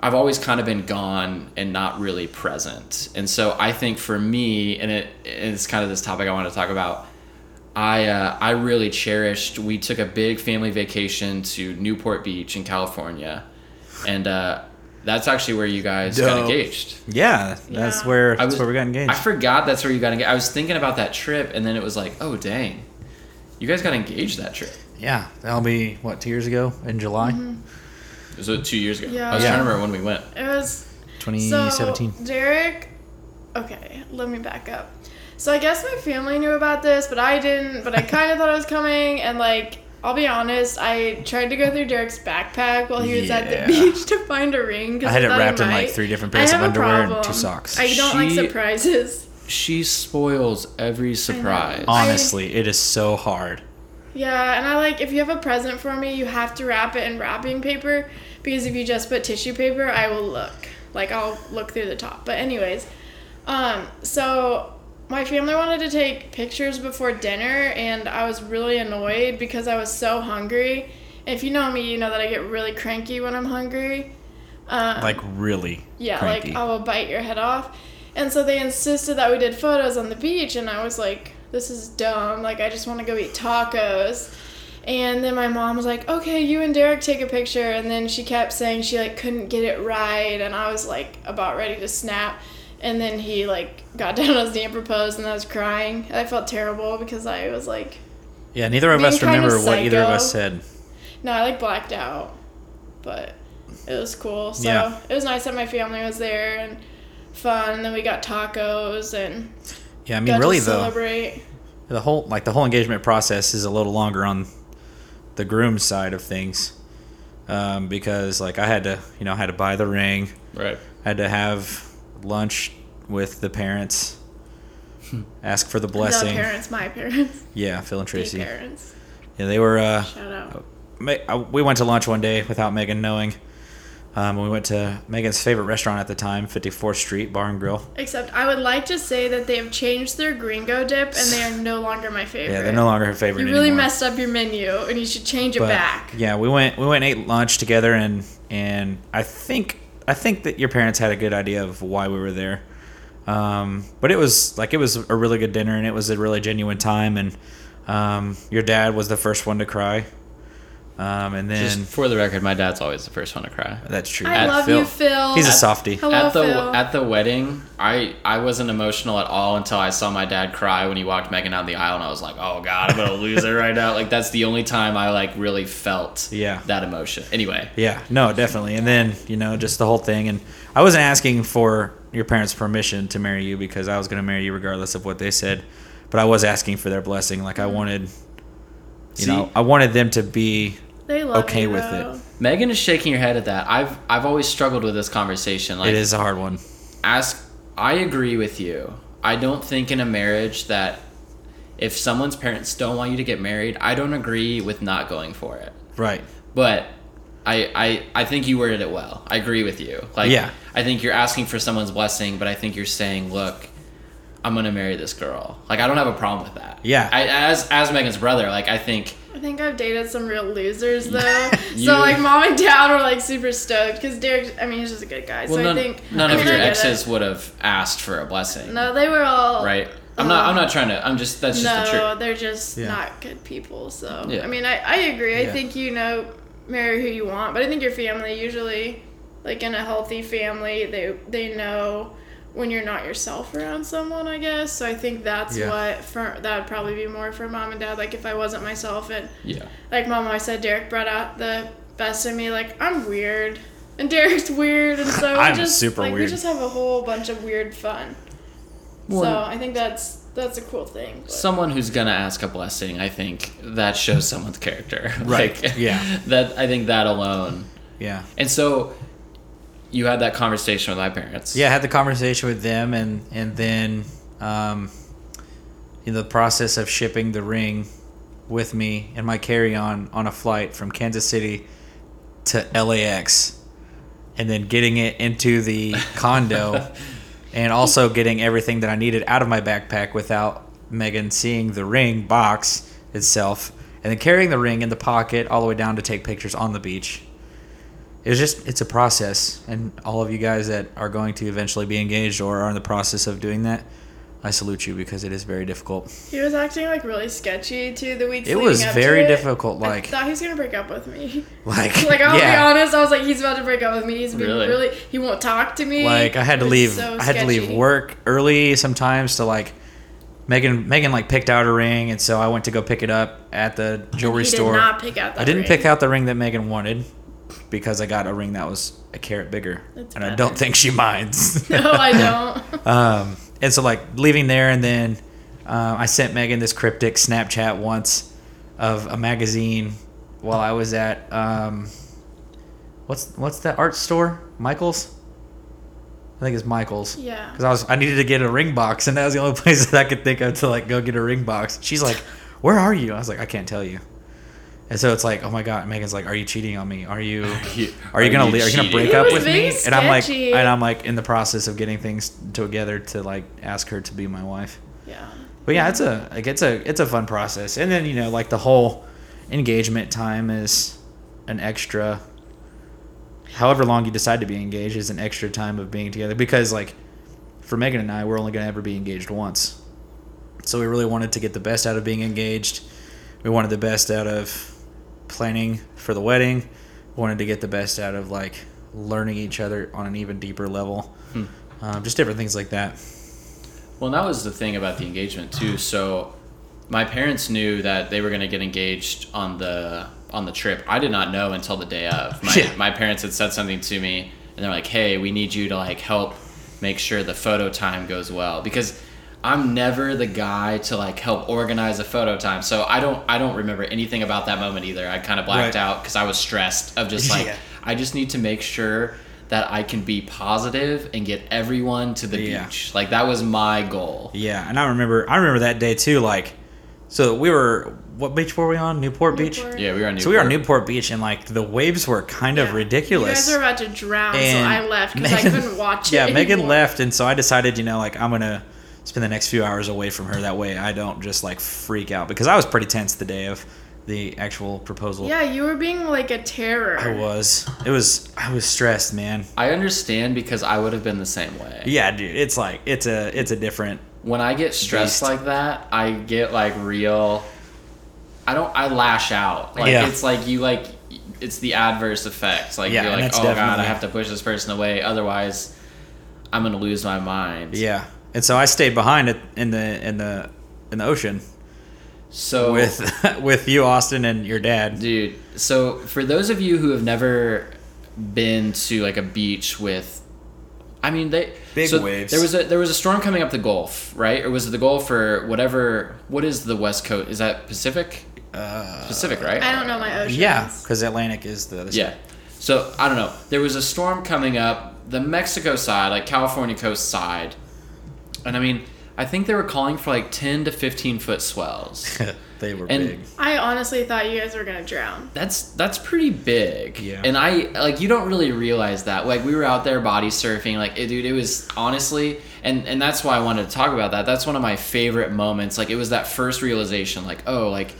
A: I've always kind of been gone and not really present. And so, I think for me, and it and it's kind of this topic I want to talk about. I uh, I really cherished. We took a big family vacation to Newport Beach in California, and uh, that's actually where you guys got
C: Dope.
A: engaged.
C: Yeah, that's
B: Yeah.
C: where
A: I
C: that's
A: was-
C: where we got engaged.
A: I forgot that's where you got engaged. I was thinking about that trip, and then it was like, oh dang, you guys got engaged that trip.
C: yeah, that'll be what two years ago in July,
B: Mm-hmm.
A: It was uh, two years ago.
B: Yeah.
A: I was
C: Yeah.
A: trying to remember when we went.
B: It was
C: 2017.
B: So Derek, okay, let me back up. So I guess my family knew about this, but I didn't. But I kind of thought it was coming, and like I'll be honest, I tried to go through Derek's backpack while he was
C: Yeah.
B: at the beach to find a ring. 'cause
C: I had it
B: thought he
C: wrapped in, like,
B: might.
C: three different
B: I
C: pairs of
B: have a
C: underwear and two
B: problem.
C: socks.
B: I don't like
A: She-
B: surprises.
A: She spoils every surprise.
B: I-
C: Honestly, it is so hard.
B: Yeah, and I like if you have a present for me, you have to wrap it in wrapping paper because if you just put tissue paper, I will look. Like I'll look through the top. But anyways, um so my family wanted to take pictures before dinner and I was really annoyed because I was so hungry. If you know me, you know that I get really cranky when I'm hungry. Um,
C: Like really
B: yeah,
C: cranky.
B: like I will bite your head off. And so they insisted that we did photos on the beach, and I was like, this is dumb. Like, I just want to go eat tacos. And then my mom was like, okay, you and Derek take a picture. And then she kept saying she like couldn't get it right, and I was like about ready to snap. And then he like got down on his knee and proposed, and I was crying. I felt terrible because I was like,
C: yeah, neither of
B: being
C: us
B: kinda
C: remember what either of
B: psycho.
C: us said.
B: no, I like blacked out, but it was cool. So
C: Yeah.
B: it was nice that my family was there and fun. And then we got tacos and
C: Yeah, I
B: got
C: mean, really
B: to
C: though.
B: celebrate.
C: the whole like the whole engagement process is a little longer on the groom's side of things um, because like I had to you know I had to buy the ring
A: right.
C: I had to have lunch with the parents ask for the blessing
B: The Hmm. parents, my parents,
C: yeah Phil and
B: the
C: Tracy yeah
B: parents.
C: they were uh,
B: Shout out.
C: Ma- I- we went to lunch one day without Megan knowing um, we went to Megan's favorite restaurant at the time 54th Street Bar and Grill
B: Except I would like to say that they have changed their gringo dip and they are no longer my favorite.
C: yeah they're no longer her favorite
B: You really
C: anymore.
B: messed up your menu and you should change it
C: But,
B: back.
C: Yeah, we went we went and ate lunch together and and I think I think that your parents had a good idea of why we were there. Um, but it was like it was a really good dinner and it was a really genuine time and um, your dad was the first one to cry. Um, and then
A: Just for the record, my dad's always the first one to cry.
C: that's true.
B: I
A: At
B: love
A: Phil.
B: you, Phil.
C: He's a softie.
B: Hello,
A: at the
B: Phil.
A: at the wedding, I I wasn't emotional at all until I saw my dad cry when he walked Megan down the aisle, and I was like, "Oh God, I'm gonna lose it right now." Like that's the only time I like really felt
C: Yeah.
A: that emotion. Anyway,
C: Yeah, no, definitely. And then, you know, just the whole thing. And I wasn't asking for your parents' permission to marry you because I was going to marry you regardless of what they said. But I was asking for their blessing. Like, I wanted, you
A: Mm-hmm. See?
C: know, I wanted them to be.
B: they love
C: okay
B: you,
C: with
B: though.
C: it.
A: Megan is shaking her head at that. I've I've always struggled with this conversation. Like
C: it is a hard one.
A: ask I agree with you. I don't think in a marriage that if someone's parents don't want you to get married, I don't agree with not going for it.
C: Right.
A: But I I I think you worded it well. I agree with you. Like
C: Yeah.
A: I think you're asking for someone's blessing, but I think you're saying, look, I'm gonna marry this girl. Like I don't have a problem with that.
C: Yeah.
A: I, as as Megan's brother, like I think
B: I think I've dated some real losers though.
A: You-
B: so like mom and dad were like super stoked because Derek. I mean, he's just a good guy.
A: well
B: so
A: none,
B: I think
A: none
B: I
A: of
B: mean,
A: your
B: I get
A: exes would have asked for a blessing.
B: it. No, they were all
A: Right? I'm not I'm not trying to I'm just that's just the
B: no,
A: truth.
B: they're just
C: Yeah.
B: not good people. So
A: Yeah.
B: I mean, I, I agree. I
C: Yeah.
B: think you know marry who you want, but I think your family usually, like in a healthy family, they they know when you're not yourself around someone. I guess so. I think that's
C: Yeah.
B: what for that would probably be more for mom and dad. Like if I wasn't myself and
A: Yeah.
B: like mom always said, Derek brought out the best in me. Like I'm weird. And Derek's weird, and so we
C: I'm
B: just
C: super
B: like we
C: weird.
B: just have a whole bunch of weird fun. so
A: Well-
B: I think that's that's a cool thing. but-
A: someone who's gonna ask a blessing i think that shows someone's character
C: Right,
A: Like,
C: yeah.
A: that i think that alone
C: Yeah.
A: and so you had that conversation with my parents
C: Yeah, I had the conversation with them, and and then um, in the process of shipping the ring with me in my carry-on on a flight from Kansas City to LAX, and then getting it into the condo, and also getting everything that I needed out of my backpack without Megan seeing the ring box itself, and then carrying the ring in the pocket all the way down to take pictures on the beach it was just it's a process and all of you guys that are going to eventually be engaged or are in the process of doing that i salute you because it is very difficult
B: He was acting like really sketchy too the weeks.
C: It
B: leading
C: was
B: up
C: very
B: to it.
C: difficult,
B: I
C: like-
B: thought he was gonna break up with me.
C: like
B: Like oh, I'll
C: yeah
B: be honest, I was like, he's about to break up with me. He's been
A: Really?
B: really, he won't talk to me.
C: like i had to
B: It was
C: leave
B: so
C: i had to leave
B: sketchy.
C: work early sometimes to like megan megan like picked out a ring and so i went to go pick it up at the jewelry
B: He
C: store
B: did not pick out that.
C: i didn't
B: ring.
C: pick out the ring that megan wanted because i got a ring that was a carat bigger
B: That's
C: and i
B: better.
C: don't think she minds
B: No, I don't.
C: Um, and so like leaving there, and then um, I sent Megan this cryptic Snapchat once of a magazine while I was at um, what's what's that art store? Michaels. I think it's Michaels.
B: Yeah.
C: Because I was I needed to get a ring box, and that was the only place that I could think of to like go get a ring box. She's like, "Where are you?" I was like, "I can't tell you." And so it's like, oh my god, Megan's like, "Are you cheating on me? Are you?" Are you gonna are you gonna
A: cheating?
C: break
B: He
C: up
B: was
C: with me?
B: being
C: And I'm like
B: sketchy.
C: and I'm like in the process of getting things together to like ask her to be my wife.
B: yeah.
C: But yeah, it's a like it's a it's a fun process. And then you know like the whole engagement time is an extra. However long you decide to be engaged is an extra time of being together because like for Megan and I, we're only gonna ever be engaged once. So we really wanted to get the best out of being engaged. We wanted the best out of planning for the wedding. Wanted to get the best out of like learning each other on an even deeper level. Um, just different things like that.
A: well and that was the thing about the engagement too so my parents knew that they were gonna get engaged on the on the trip i did not know until the day of my,
C: Yeah.
A: my parents had said something to me and they're like hey we need you to like help make sure the photo time goes well because i'm never the guy to like help organize a photo time so i don't i don't remember anything about that moment either i kind of blacked
C: Right.
A: out because i was stressed of just like
C: Yeah.
A: i just need to make sure that i can be positive and get everyone to the
C: Yeah.
A: beach like that was my goal
C: Yeah, and I remember I remember that day too. Like, so we were what beach were we on? Newport, Beach.
B: Newport.
A: yeah we were on
C: So we were on Newport Beach, and like the waves were kind
B: Yeah.
C: of ridiculous.
B: You guys were about to drown,
C: And
B: so I left because I
C: Megan-
B: couldn't watch it.
C: yeah, Megan
B: anymore.
C: left, and so I decided, you know, like I'm gonna spend the next few hours away from her. That way, I don't just like freak out because I was pretty tense the day of the actual proposal.
B: Yeah, you were being like a terror.
C: I was. It was. I was stressed, man.
A: I understand because I would have been the same way.
C: Yeah, dude. It's like it's a it's a different.
A: When I get stressed
C: Beast.
A: like that, I get like real I don't. I lash out. Like
C: Yeah.
A: it's like you like. It's the adverse effect. Like
C: Yeah,
A: you're
C: and
A: like,
C: that's
A: oh god, I
C: definitely-
A: have to push this person away. Otherwise, I'm gonna lose my mind.
C: Yeah. And so I stayed behind it in the in the in the ocean
A: So
C: with with you, Austin, and your dad.
A: Dude, so for those of you who have never been to like a beach with I mean they
D: Big
A: so
D: waves.
A: There was a there was a storm coming up the Gulf, right? Or was it the Gulf or whatever what is the west coast? Is that Pacific?
C: Uh,
A: Pacific, right?
B: I don't know my oceans.
C: yeah, because Atlantic is the other side.
A: Yeah. So I don't know. There was a storm coming up the Mexico side, like California coast side, and I mean, I think they were calling for like ten to fifteen foot swells.
C: they were
A: And-
C: big.
B: I honestly thought you guys were gonna drown.
A: that's that's pretty big.
C: Yeah.
A: And I like you don't really realize that. Like we were out there body surfing, like it, dude, it was honestly and and that's why I wanted to talk about that. That's one of my favorite moments. Like it was that first realization, like, oh, like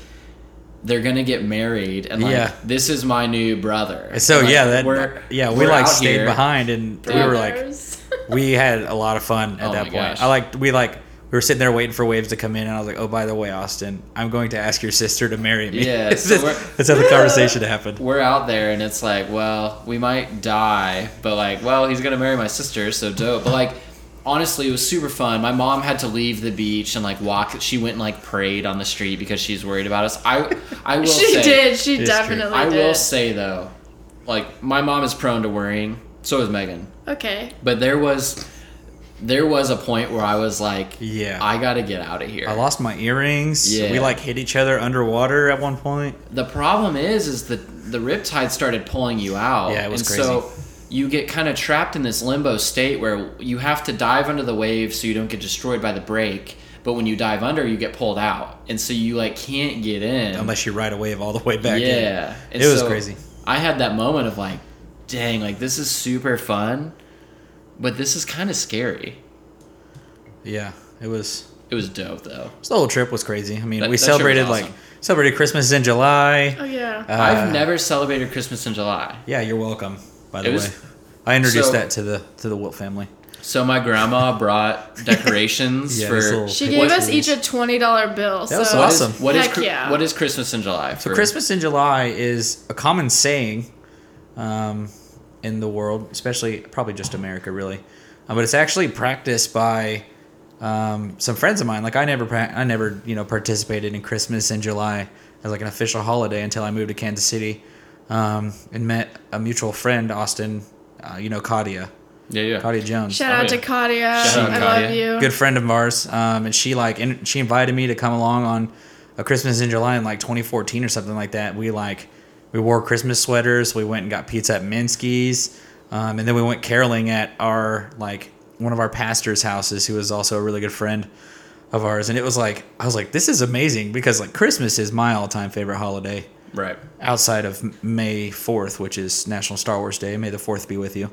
A: they're gonna get married and like
C: Yeah.
A: this is my new brother.
C: And so
A: Like,
C: yeah, that
A: we're-
C: yeah we
A: we're
C: like
A: out
C: stayed
A: here.
C: behind and we were like
B: Brothers.
C: we had a lot of fun at
A: Oh
C: that
A: my
C: point.
A: gosh.
C: I like we like we were sitting there waiting for waves to come in, and I was like, "Oh, by the way, Austin, I'm going to ask your sister to marry me."
A: Yeah,
C: It's
A: so
C: just-
A: we're-
C: that's how the conversation happened.
A: We're out there and it's like, well, we might die, but like, well, he's gonna marry my sister, so dope. But like, honestly, it was super fun. My mom had to leave the beach and like walk. She went and like prayed on the street because she's worried about us. I, I will.
B: she
A: say,
B: did. She
C: true.
B: definitely
A: I
B: did.
A: will say though, like my mom is prone to worrying. So is Megan.
B: okay.
A: But there was, there was a point where I was like,
C: Yeah.
A: I gotta get out of here.
C: I lost my earrings.
A: Yeah. Mm-hmm.
C: We like hit each other underwater at one point.
A: the problem is is that the riptide started pulling you out
C: Yeah, it was
A: and
C: crazy.
A: so you get kind of trapped in this limbo state where you have to dive under the waves so you don't get destroyed by the break but when you dive under you get pulled out and so you like can't get in
C: Unless you ride a wave all the way back. in.
A: yeah And
C: It was crazy.
A: i had that moment of like dang like this is super fun but this is kind of scary
C: yeah. It was.
A: it was dope though
C: this whole trip was crazy. I mean,
A: That-
C: we
A: that trip was
C: celebrated like
A: awesome.
C: celebrated Christmas in July.
B: Oh yeah.
C: Uh,
A: i've never celebrated christmas in july
C: Yeah, you're welcome. By the
A: It was-
C: way, I introduced
A: so-
C: that to the to the Wilt family.
A: so my grandma brought decorations
C: Yeah,
A: for
C: this little
B: she
C: What
B: gave us
C: is-
B: each a twenty dollar bill.
C: That was
B: so
A: What is-
C: awesome.
A: what is
B: Heck
A: Chri-
B: yeah.
A: what is Christmas in July? For
C: So Christmas in July is a common saying um, in the world, especially probably just America, really. Uh, but it's actually practiced by um, some friends of mine. Like I never, pra- I never, you know, participated in Christmas in July as like an official holiday until I moved to Kansas City um, and met a mutual friend, Austin. Uh, you know, Claudia,
A: Yeah, yeah.
C: Claudia Jones.
B: Shout out to Katia.
A: Oh, Shout out
B: I
A: Katia.
B: love you.
C: good friend of ours, um, and she like in, she invited me to come along on a Christmas in July in like 2014 or something like that. We like we wore Christmas sweaters. We went and got pizza at Minsky's, um, and then we went caroling at our like one of our pastors' houses, who was also a really good friend of ours. And it was like I was like, this is amazing because like Christmas is my all-time favorite holiday
A: Right.
C: outside of M- May 4th, which is National Star Wars Day. May the 4th be with you.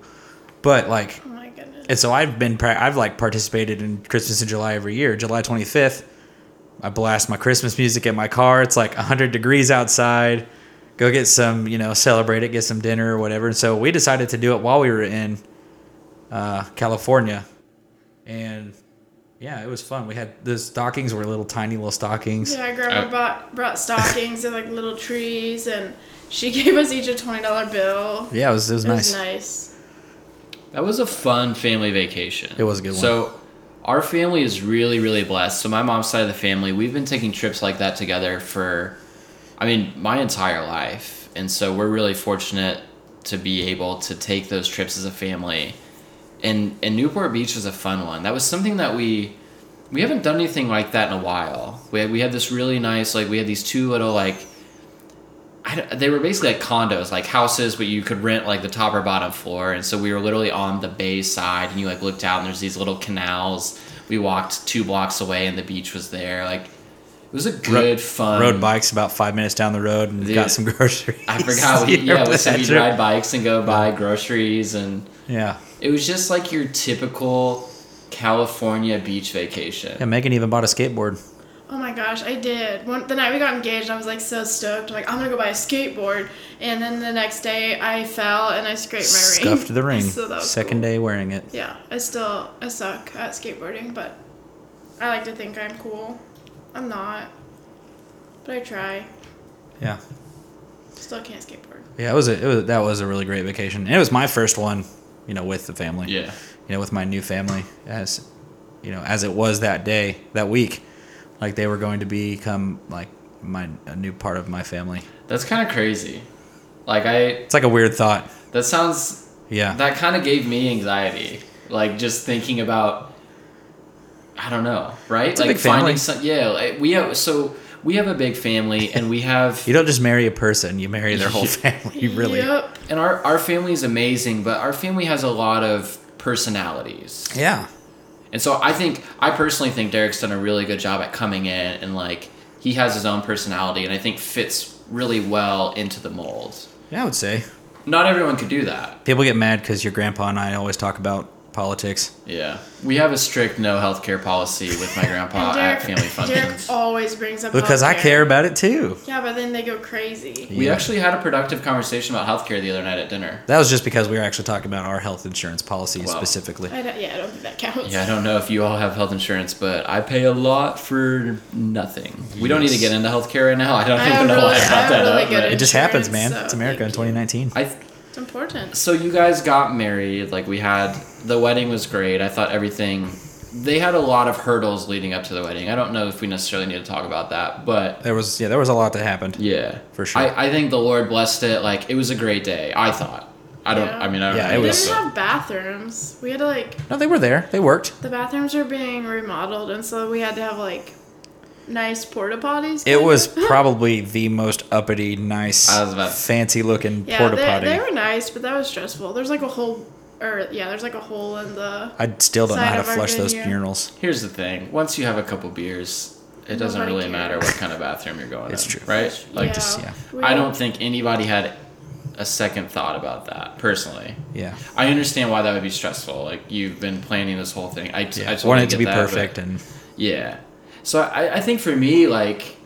C: But like
B: Oh my goodness.
C: and so I've been, pra- I've like participated in Christmas in July every year. July 25th, I blast my Christmas music in my car. It's like 100 degrees outside. Go get some, you know, celebrate it, get some dinner or whatever. And so we decided to do it while we were in uh, California. And yeah, it was fun. We had the stockings were little tiny little stockings.
B: Yeah, grandma
A: I-
B: bought, brought stockings and like little trees, and she gave us each a twenty dollar bill.
C: Yeah, it was, it was
B: It
C: nice.
B: was nice.
A: That was a fun family vacation.
C: It was a good one.
A: So, our family is really, really blessed. So, my mom's side of the family, we've been taking trips like that together for, I mean, my entire life. And so, we're really fortunate to be able to take those trips as a family. And and Newport Beach was a fun one. That was something that we we haven't done anything like that in a while. We had, we had this really nice like we had these two little like I don't- they were basically like condos, like houses, but you could rent like the top or bottom floor. And so we were literally on the bay side, and you like looked out, and there's these little canals. We walked two blocks away, and the beach was there. Like it was a good, fun
C: Rode bikes about five minutes down the road and got
A: Um, Dude,
C: some groceries.
A: I forgot. We,
C: You
A: yeah,
C: remember
A: we, so
C: that
A: we'd
C: trip?
A: ride bikes and go buy groceries, and
C: Yeah.
A: it was just like your typical California beach
C: Yeah,
A: vacation.
C: Megan even bought a skateboard.
B: Oh my gosh, I did. One, the night we got engaged, I was like so stoked. I'm like, I'm gonna go buy a skateboard. And then the next day, I fell and I scraped my ring.
C: Scuffed the ring.
B: So that was
C: Second
B: cool.
C: day wearing it.
B: Yeah, I still I suck at skateboarding, but I like to think I'm cool. I'm not, but I try.
C: Yeah.
B: Still can't skateboard.
C: Yeah, it was a, it was that was a really great vacation, and it was my first one, you know, with the family.
A: Yeah.
C: You know, with my new family, as you know, as it was that day, that week, like they were going to become like my a new part of my family.
A: That's kind of crazy. Like I,
C: It's like a weird thought.
A: that sounds.
C: Yeah.
A: That kind of gave me anxiety. Like just thinking about. I don't know, right?
C: a
A: like
C: big family.
A: some. Yeah, like, we have so we have a big family, and we have
C: you don't just marry a person; you marry their whole family. Really.
B: Yep.
A: and our our family is amazing, but our family has a lot of personalities.
C: Yeah.
A: And so I think I personally think Derek's done a really good job at coming in and like he has his own personality and I think fits really well into the mold.
C: Yeah, I would say
A: Not everyone could do that.
C: people get mad because your grandpa and I always talk about politics.
A: Yeah. We have a strict no healthcare policy with my grandpa
B: And Derek,
A: at family functions.
B: Derek always brings up
C: Because I
B: healthcare.
C: care about it too.
B: Yeah, but then they go crazy.
A: We
C: Yeah.
A: actually had a productive conversation about healthcare the other night at dinner.
C: That was just because we were actually talking about our health insurance policy
A: Wow.
C: specifically.
B: I don't, yeah, I don't think that counts.
A: Yeah, I don't know if you all have health insurance, but I pay a lot for nothing. We don't need to
C: Yes.
A: get into healthcare right now. I don't
B: I
A: even
B: have
A: know why I
B: really- I
A: brought
B: have
A: that
B: really
A: up.
B: good
A: but-
C: It just happens, man.
B: Insurance, so
C: it's America in
B: thank you.
C: 2019.
A: I th-
B: It's important.
A: So you guys got married, like we had the wedding was great. I thought everything they had a lot of hurdles leading up to the wedding. I don't know if we necessarily need to talk about that, but
C: There was yeah, there was a lot that happened.
A: yeah.
C: For sure.
A: I, I think the Lord blessed it. Like it was a great day, I thought. I don't
B: Yeah.
A: I mean I don't
C: Yeah,
A: know.
C: it
B: We
C: was-
B: didn't have bathrooms. We had to like
C: No, they were there. They worked.
B: the bathrooms were being remodeled, and so we had to have like nice porta potties.
C: It was
B: kind of.
C: probably the most uppity, nice,
A: I was about-
C: fancy looking
B: yeah,
C: porta
B: they-
C: potty.
B: They, were nice, but that was stressful. There's like a hole, or yeah, there's like a hole in the.
C: I still don't know
B: Side
C: how to
B: of our
C: flush those
B: venue.
C: urinals.
A: Here's the thing. Once you have a couple beers, it doesn't
B: Nobody
A: really
B: cares.
A: matter what kind of bathroom you're going
C: It's
A: in.
C: true.
A: Right? Like
B: yeah,
C: just- yeah.
B: we-
A: I don't think anybody had a second thought about that, personally.
C: Yeah,
A: I understand why that would be stressful. Like you've been planning this whole thing. I, t- I
C: yeah.
A: totally
C: wanted it to
A: get
C: be
A: that, but-
C: perfect, and
A: Yeah. So I, I think for me, like,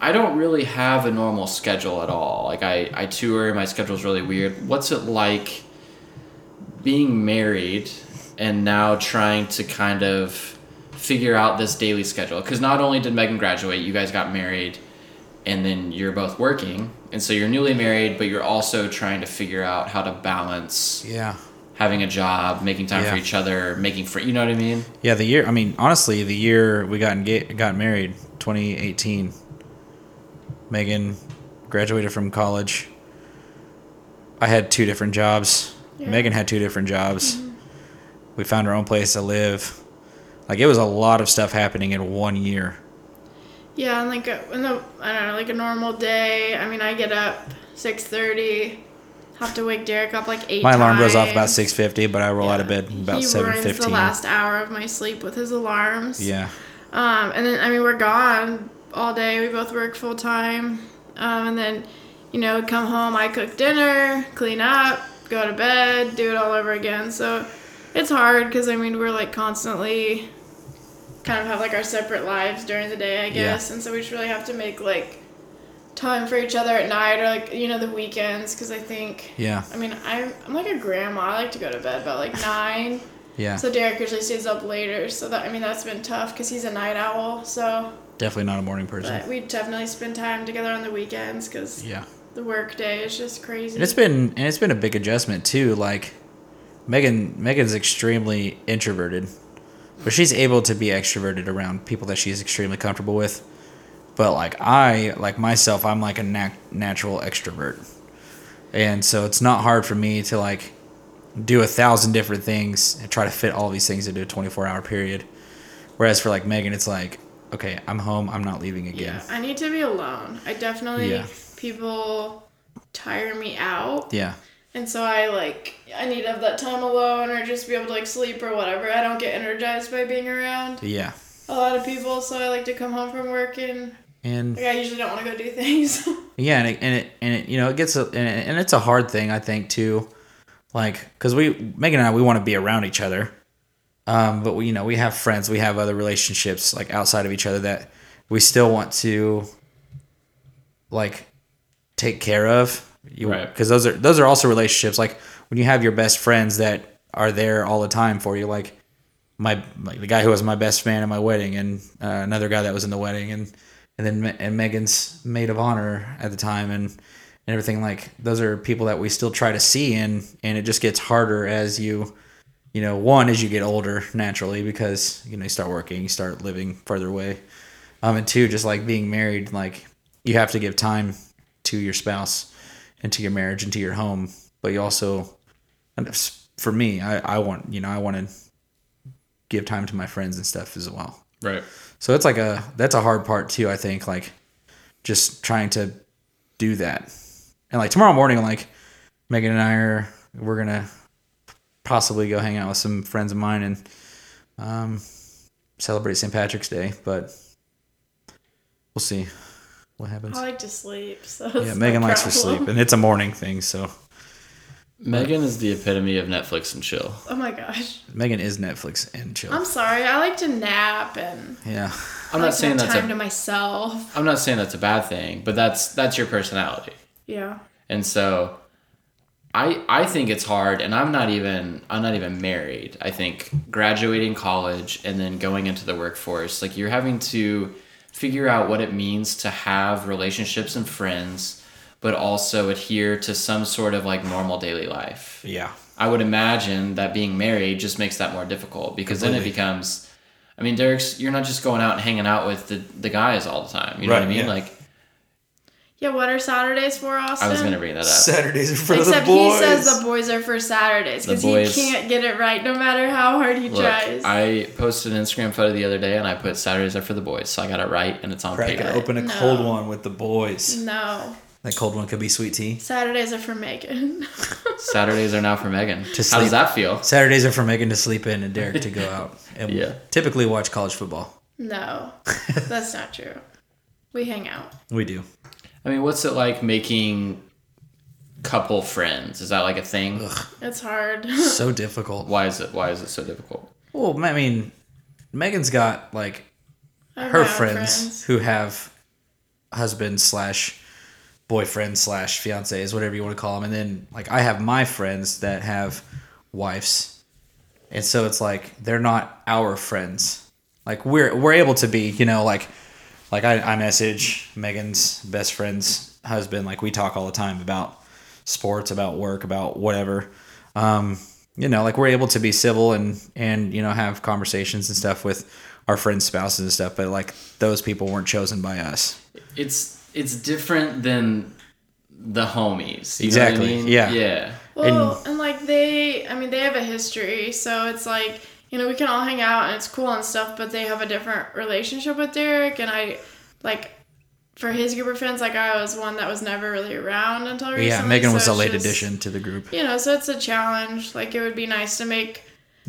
A: I don't really have a normal schedule at all. Like, I, I tour, my schedule's really weird. What's it like being married and now trying to kind of figure out this daily schedule? Because not only did Megan graduate, you guys got married, and then you're both working. And so you're newly married, but you're also trying to figure out how to balance
C: yeah,
A: having a job, making time for
C: Yeah.
A: each other, making for you know what I mean?
C: yeah. The year. I mean, honestly, the year we got engaged, got married, 2018. Megan graduated from college. I had two different jobs.
B: Yeah. Mm-hmm.
C: Megan had two different jobs. We found our own place to live. Like it was a lot of stuff happening in one year.
B: Yeah, and like a, in the I don't know, like a normal day. I mean, I get up six thirty, have to wake Derek up like eight.
C: My alarm goes off about
B: times.
C: six fifty, but I roll out of bed about
B: he
C: seven
B: ruins the
C: fifteen.
B: last hour of my sleep with his alarms.
C: Yeah,
B: Um, and then I mean we're gone all day. We both work full time, um, and then you know come home. I cook dinner, clean up, go to bed, do it all over again. So it's hard because I mean we're like constantly kind of have like our separate lives during the day, I guess, and so we just really have to make like time for each other at night or like you know the weekends because I think.
C: yeah,
B: I mean, I'm, I'm like a grandma. I like to go to bed about like nine.
C: yeah.
B: So Derek usually stays up later. So that I mean that's been tough because he's a night owl. So
C: Definitely not a morning person.
B: but we definitely spend time together on the weekends because
C: Yeah,
B: the work day is just crazy.
C: and it's been and it's been a big adjustment too. Like Megan, Megan's extremely introverted, but she's able to be extroverted around people that she's extremely comfortable with. But like I, like myself, I'm like a nat- natural extrovert, and so it's not hard for me to like do a thousand different things and try to fit all these things into a 24 hour period. Whereas for like Megan, it's like, okay, I'm home, I'm not leaving again.
B: yeah. I need to be alone. I definitely
C: Yeah.
B: people tire me out,
C: Yeah.
B: and so I like I need to have that time alone or just be able to like sleep or whatever. I don't get energized by being around
C: Yeah.
B: a lot of people, so I like to come home from work and
C: And
B: like I usually don't want to go do things.
C: yeah, and it, and it, and it you know, it gets, a, and, it, and it's a hard thing, I think, too. Like, cause we, Megan and I, we want to be around each other. Um, but we, you know, we have friends, we have other relationships like outside of each other that we still want to like take care of. You,
A: Right.
C: Cause those are, those are also relationships. Like when you have your best friends that are there all the time for you, like my, like the guy who was my best man at my wedding and uh, another guy that was in the wedding and and then Me- and Megan's maid of honor at the time, and and everything like those are people that we still try to see, and and it just gets harder as you, you know, one as you get older naturally because you know you start working, you start living further away, um, and two just like being married, like you have to give time to your spouse, and to your marriage, and to your home, but you also, and it's- for me, I I want you know I want to give time to my friends and stuff as well.
A: Right.
C: So it's like a that's a hard part too. I think like just trying to do that, and like tomorrow morning, like Megan and I are we're gonna possibly go hang out with some friends of mine and um, celebrate St. Patrick's Day, but we'll see what happens.
B: I like to sleep, Oh, so
C: Yeah, Megan likes her sleep, and it's a morning thing. So
A: Megan is the epitome of Netflix and chill.
B: Oh my gosh,
C: Megan is Netflix and chill.
B: I'm sorry. I like to nap and
C: yeah,
A: I'm
B: I
A: not
B: like to
A: saying
B: have
A: that's
B: time to
A: a,
B: myself.
A: I'm not saying that's a bad thing, but that's that's your personality.
B: Yeah,
A: And so I I think it's hard and I'm not even I'm not even married. I think graduating college and then going into the workforce, like you're having to figure out what it means to have relationships and friends, but also adhere to some sort of like normal daily life.
C: yeah,
A: I would imagine that being married just makes that more difficult because then
C: Completely.
A: it becomes, I mean, Derek's, you're not just going out and hanging out with the, the guys all the time. You know what I
C: Right,
A: mean?
C: yeah.
A: Like,
B: yeah. What are Saturdays for, Austin?
A: I was going to bring that up.
C: Saturdays are for
B: Except he says the boys are for Saturdays
A: The
B: because he
A: boys-
B: can't get it right no matter how hard he
A: Look,
B: tries.
A: I posted an Instagram photo the other day and I put Saturdays are for the boys. So I got it right and it's on
C: Crack
A: paper.
C: open a
B: No.
C: cold one with the boys.
B: no,
C: That cold one could be sweet tea.
B: Saturdays are for Megan.
A: Saturdays are now for Megan. How
C: sleep.
A: does that feel?
C: Saturdays are for Megan to sleep in and Derek to go out and
A: Yeah.
C: typically watch college football.
B: no, that's not true. We hang out.
C: We do.
A: I mean, what's it like making couple friends? Is that like a thing?
B: It's hard.
C: So difficult.
A: Why is it? Why is it so difficult?
C: Well, I mean, Megan's got like
B: I have my
C: her
B: own
C: friends, who have husbands slash boyfriends slash fiancés, whatever you want to call them, and then like I have my friends that have wives, and so it's like they're not our friends. Like we're we're able to be, you know, like like I, I message Megan's best friend's husband, like we talk all the time about sports, about work, about whatever. Um, you know, like we're able to be civil and and you know have conversations and stuff with our friends' spouses and stuff, but like those people weren't chosen by us.
A: It's it's different than the homies. You Know
C: Exactly,
A: what I mean?
C: yeah.
A: Yeah.
B: Well, and, like they, I mean, they have a history, so it's like you know we can all hang out and it's cool and stuff, but they have a different relationship with Derek, and I like for his group of friends, like I was one that was never really around until recently.
C: yeah, Megan
B: so
C: was a
B: it's
C: late
B: just-
C: addition to the group.
B: You know, so it's a challenge. Like it would be nice to make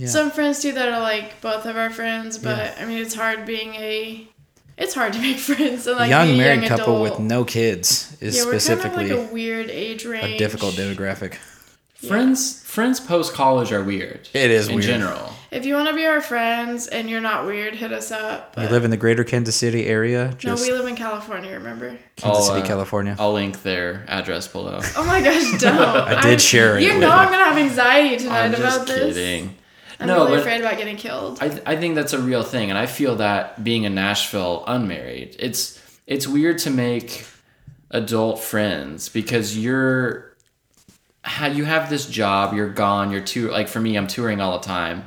B: some friends too that are like both of our friends, but I mean, it's hard being a, it's hard to make friends and like be
C: young
B: a
C: married
B: young
C: couple
B: adult.
C: with no kids is
B: yeah, we're
C: specifically
B: kind of like a weird age range.
C: a difficult demographic.
A: Friends friends post college are weird.
C: It is
A: in
C: weird.
A: general.
B: If you want to be our friends and you're not weird, hit us up.
C: You
B: but-
C: live in the greater Kansas City area,
B: no,
C: just
B: we live in California. Remember?
C: Kansas
A: I'll,
C: City,
A: uh,
C: California.
A: I'll link their address below.
B: Oh my gosh, don't! I
C: did share it
B: You
C: with
B: know
C: you.
B: I'm gonna have anxiety tonight
A: I'm
B: about
A: just
B: this.
A: kidding.
B: I'm
A: no,
B: really
A: but
B: afraid about getting killed.
A: I, th- I think that's a real thing and i feel that being in nashville unmarried it's it's weird to make adult friends because you're how you have this job you're gone you're too like for me i'm touring all the time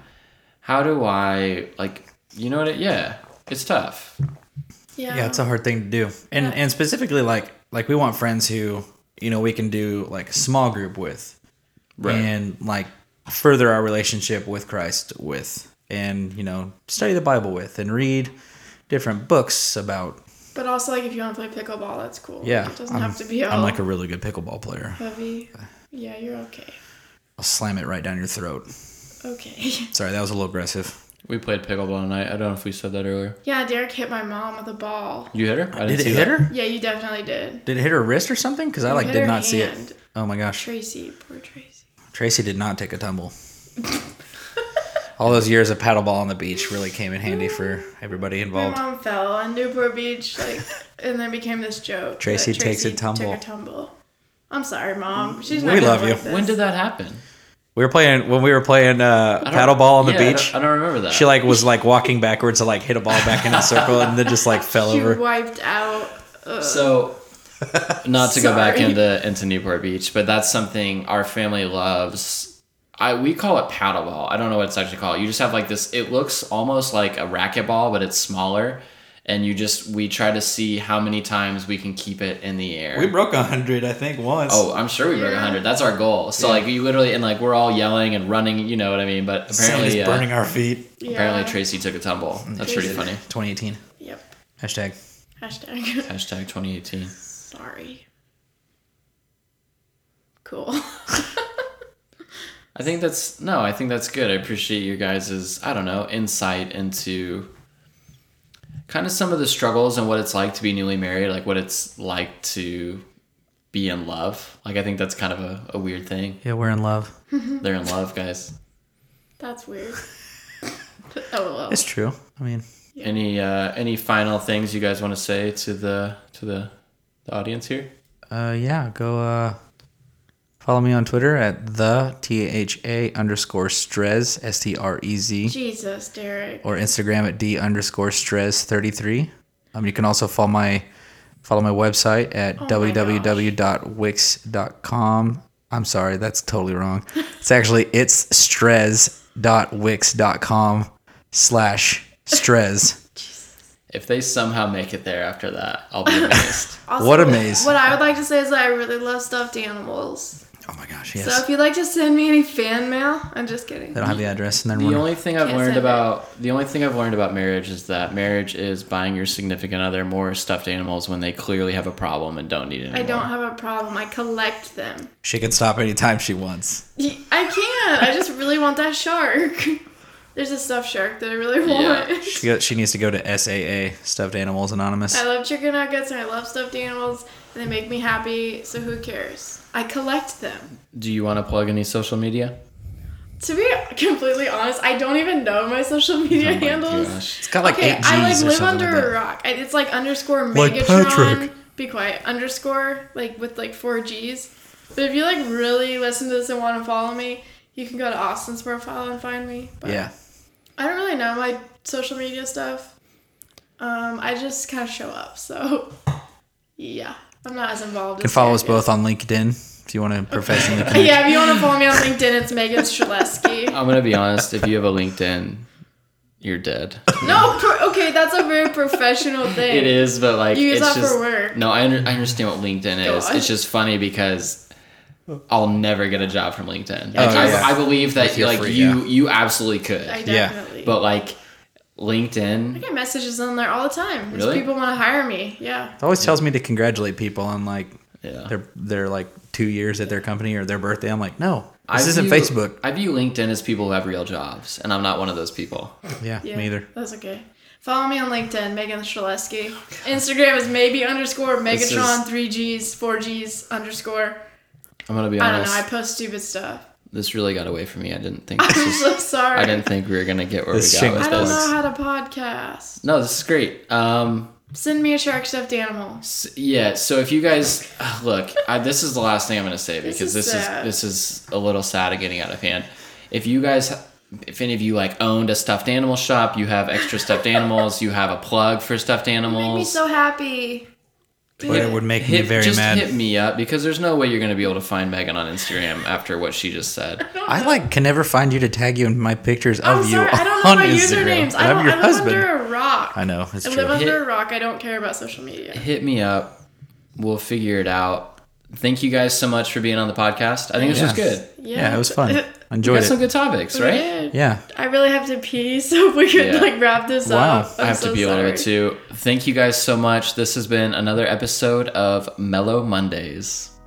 A: how do i like you know what it, yeah it's tough
B: yeah.
C: yeah, it's a hard thing to do, and and specifically like like we want friends who you know we can do like a small group with,
A: right
C: and like further our relationship with Christ with and you know study the Bible with and read different books about
B: but also like if you want to play pickleball, that's cool.
C: yeah
B: It doesn't
C: I'm,
B: have to be all
C: I'm like a really good pickleball player
B: heavy. Yeah, you're okay.
C: I'll slam it right down your throat
B: Okay.
C: sorry that was a little aggressive
A: we played pickleball tonight i don't know if we said that earlier
B: Yeah, Derek hit my mom with a ball.
A: you hit her i
C: did it
A: see
C: hit
A: that.
C: her
B: Yeah, you definitely did.
C: did it hit her wrist or something because I like
B: hit
C: did
B: her
C: not see it
B: hand.
C: oh my gosh
B: Tracy, poor Tracy.
C: Tracy did not take a tumble all those years of paddleball on the beach really came in handy for everybody
B: My
C: involved
B: mom fell on Newport Beach, like, and then became this joke.
C: Tracy
B: that
C: takes a tumble.
B: Took a tumble. I'm sorry, mom. She's
C: We
B: not gonna
C: love you.
B: like this.
A: when did that happen
C: We were playing when we were playing uh,
A: I don't-
C: paddle ball on the
A: yeah, I don't-
C: beach.
A: I don't, remember that.
C: She like was like walking backwards to like hit a ball back in a circle and then just like fell
B: She
C: over.
B: wiped out. Ugh.
A: So, not to go back
B: Sorry.
A: into into Newport Beach, but that's something our family loves. I we call it paddleball. I don't know what it's actually called. You just have like this. It looks almost like a racquetball, but it's smaller. And you just we try to see how many times we can keep it in the air.
C: We broke a hundred, I think, once.
A: oh, I'm sure we broke
B: Yeah.
A: 100. That's our goal. So like you literally and like we're all yelling and running. You know what I mean? But apparently, uh,
C: burning our feet.
B: yeah.
A: apparently Tracy took a tumble. That's pretty
B: Tracy.
A: funny.
C: 2018
B: Yep.
C: hashtag.
B: Hashtag.
A: Hashtag 2018.
B: Sorry. Cool.
A: I think that's no, I think that's good. I appreciate your guys' I don't know, insight into kind of some of the struggles and what it's like to be newly married, like what it's like to be in love. Like I think that's kind of a, a weird thing.
C: Yeah, we're in love.
A: They're in love, guys.
B: That's weird. oh well.
C: It's true. I mean,
A: Any uh any final things you guys want to say to the to the, the audience here?
C: uh, yeah. Go uh, follow me on Twitter at the t h a underscore strez s t r e z.
B: Jesus, Derek.
C: or Instagram at d underscore stress thirty three. Um, you can also follow my follow my website at
B: Oh
C: www.wix.com. I'm sorry, that's totally wrong. It's actually it's strez.wix.com slash strez.
A: If they somehow make it there after that, I'll be amazed.
B: Also,
C: What a maze.
B: What I would like to say is that I really love stuffed animals.
C: Oh my gosh,
B: So
C: yes.
B: if you'd like to send me any fan mail, I'm just kidding.
C: They don't have the address, and then
A: The
C: we're
A: only thing I've
B: Can't
A: learned
B: say that.
A: about the only thing I've learned about marriage is that marriage is buying your significant other more stuffed animals when they clearly have a problem and don't need it.
B: I don't have a problem. I collect them.
C: she can stop anytime she wants.
B: Y- I can't. I just really want that shark. There's a stuffed shark that I really want.
A: Yeah.
C: She, go, she needs to go to SAA Stuffed Animals Anonymous.
B: I love chicken nuggets and I love stuffed animals and they make me happy, so who cares? I collect them.
A: Do you want to plug any social media?
B: To be completely honest, I don't even know my social media
A: Oh my
B: handles.
A: gosh.
C: It's got like
B: okay,
C: eight G's
B: I like
C: or
B: live under
C: something like
B: a
C: that.
B: rock. I- It's like underscore
C: Like
B: Megatron.
C: Patrick.
B: be quiet. Underscore like with like four G's. But if you like really listen to this and want to follow me, you can go to Austin's profile and find me. But
C: Yeah,
B: I don't really know my social media stuff. Um, I just kind of show up, so yeah, I'm not as involved.
C: you can
B: as
C: follow
B: Derek
C: us both
B: is.
C: on LinkedIn if you want to professionally.
B: yeah, if you want to follow me on LinkedIn, it's Megan Streleski.
A: I'm gonna be honest. If you have a LinkedIn, you're dead.
B: no, pro- okay, that's a very professional thing.
A: It is, but like
B: You use
A: it's
B: that for
A: just
B: work.
A: no. I, under, I understand what LinkedIn is.
B: Gosh.
A: It's just funny because I'll never get a job from LinkedIn.
B: Yeah,
A: Like, I,
C: yeah.
A: I believe that
C: If you're
A: like
C: free,
A: you
C: yeah.
A: you absolutely could,
B: I
C: Yeah,
B: definitely.
A: but like LinkedIn.
B: I get messages on there all the time. Just
A: Really?
B: People want to hire me. Yeah.
C: It always tells me to congratulate people on like
A: Yeah.
C: their their like two years at their company or their birthday. I'm like, no, this
A: I
C: isn't
A: view-
C: Facebook.
A: I view LinkedIn as people who have real jobs, and I'm not one of those people.
C: Yeah,
B: yeah
C: me either.
B: That's okay. Follow me on LinkedIn, Megan Streleski. Instagram is maybe underscore
A: This
B: Megatron
A: is-
B: three Gs four Gs underscore.
A: I'm gonna be
B: I don't know.
A: honest.
B: I post stupid stuff.
A: this really got away from me. I didn't think this
B: I'm
A: was.
B: so sorry.
A: I didn't think we were gonna get where
C: This
A: we got
C: shit was
B: I
A: with
B: don't
A: this.
B: know how to podcast.
A: No, this is great. Um,
B: Send me a shark stuffed animal.
A: s- yeah. So if you guys ugh, look, I, this is the last thing I'm gonna say
B: This
A: because
B: is
A: this
B: sad.
A: is this is a little sad and getting out of hand. If you guys, if any of you like owned a stuffed animal shop, you have extra stuffed animals, you have a plug for stuffed
B: Make me
A: animals.
B: so happy. Do
C: But it
B: it.
C: would make
A: Hit,
C: me very
A: just
C: mad.
A: hit me up because there's no way you're going to be able to find Megan on Instagram after what she just said.
C: I like can never find you to tag you in my pictures
B: I'm
C: of you
B: sorry. I don't know
C: on
B: my
C: Instagram.
B: usernames.
C: but
B: I
C: I'm
B: don't.
C: your
B: I live
C: husband.
B: under a rock.
C: I know it's
B: I
C: true.
B: live under
A: Hit-
B: a rock. I don't care about social media.
A: Hit me up. We'll figure it out. Thank you guys so much for being on the podcast. I think this was
C: Yeah.
A: good.
B: Yeah,
C: yeah, it was fun. I
A: We
C: enjoyed
A: got some
C: it.
A: good topics, right?
B: Yeah.
C: Yeah,
B: I really have to pee, so if we could
A: Yeah.
B: like wrap this
C: Wow.
B: up.
A: I
B: I'm
A: have
B: so
A: to be a little
B: sorry.
A: bit too. Thank you guys so much. This has been another episode of Mellow Mondays.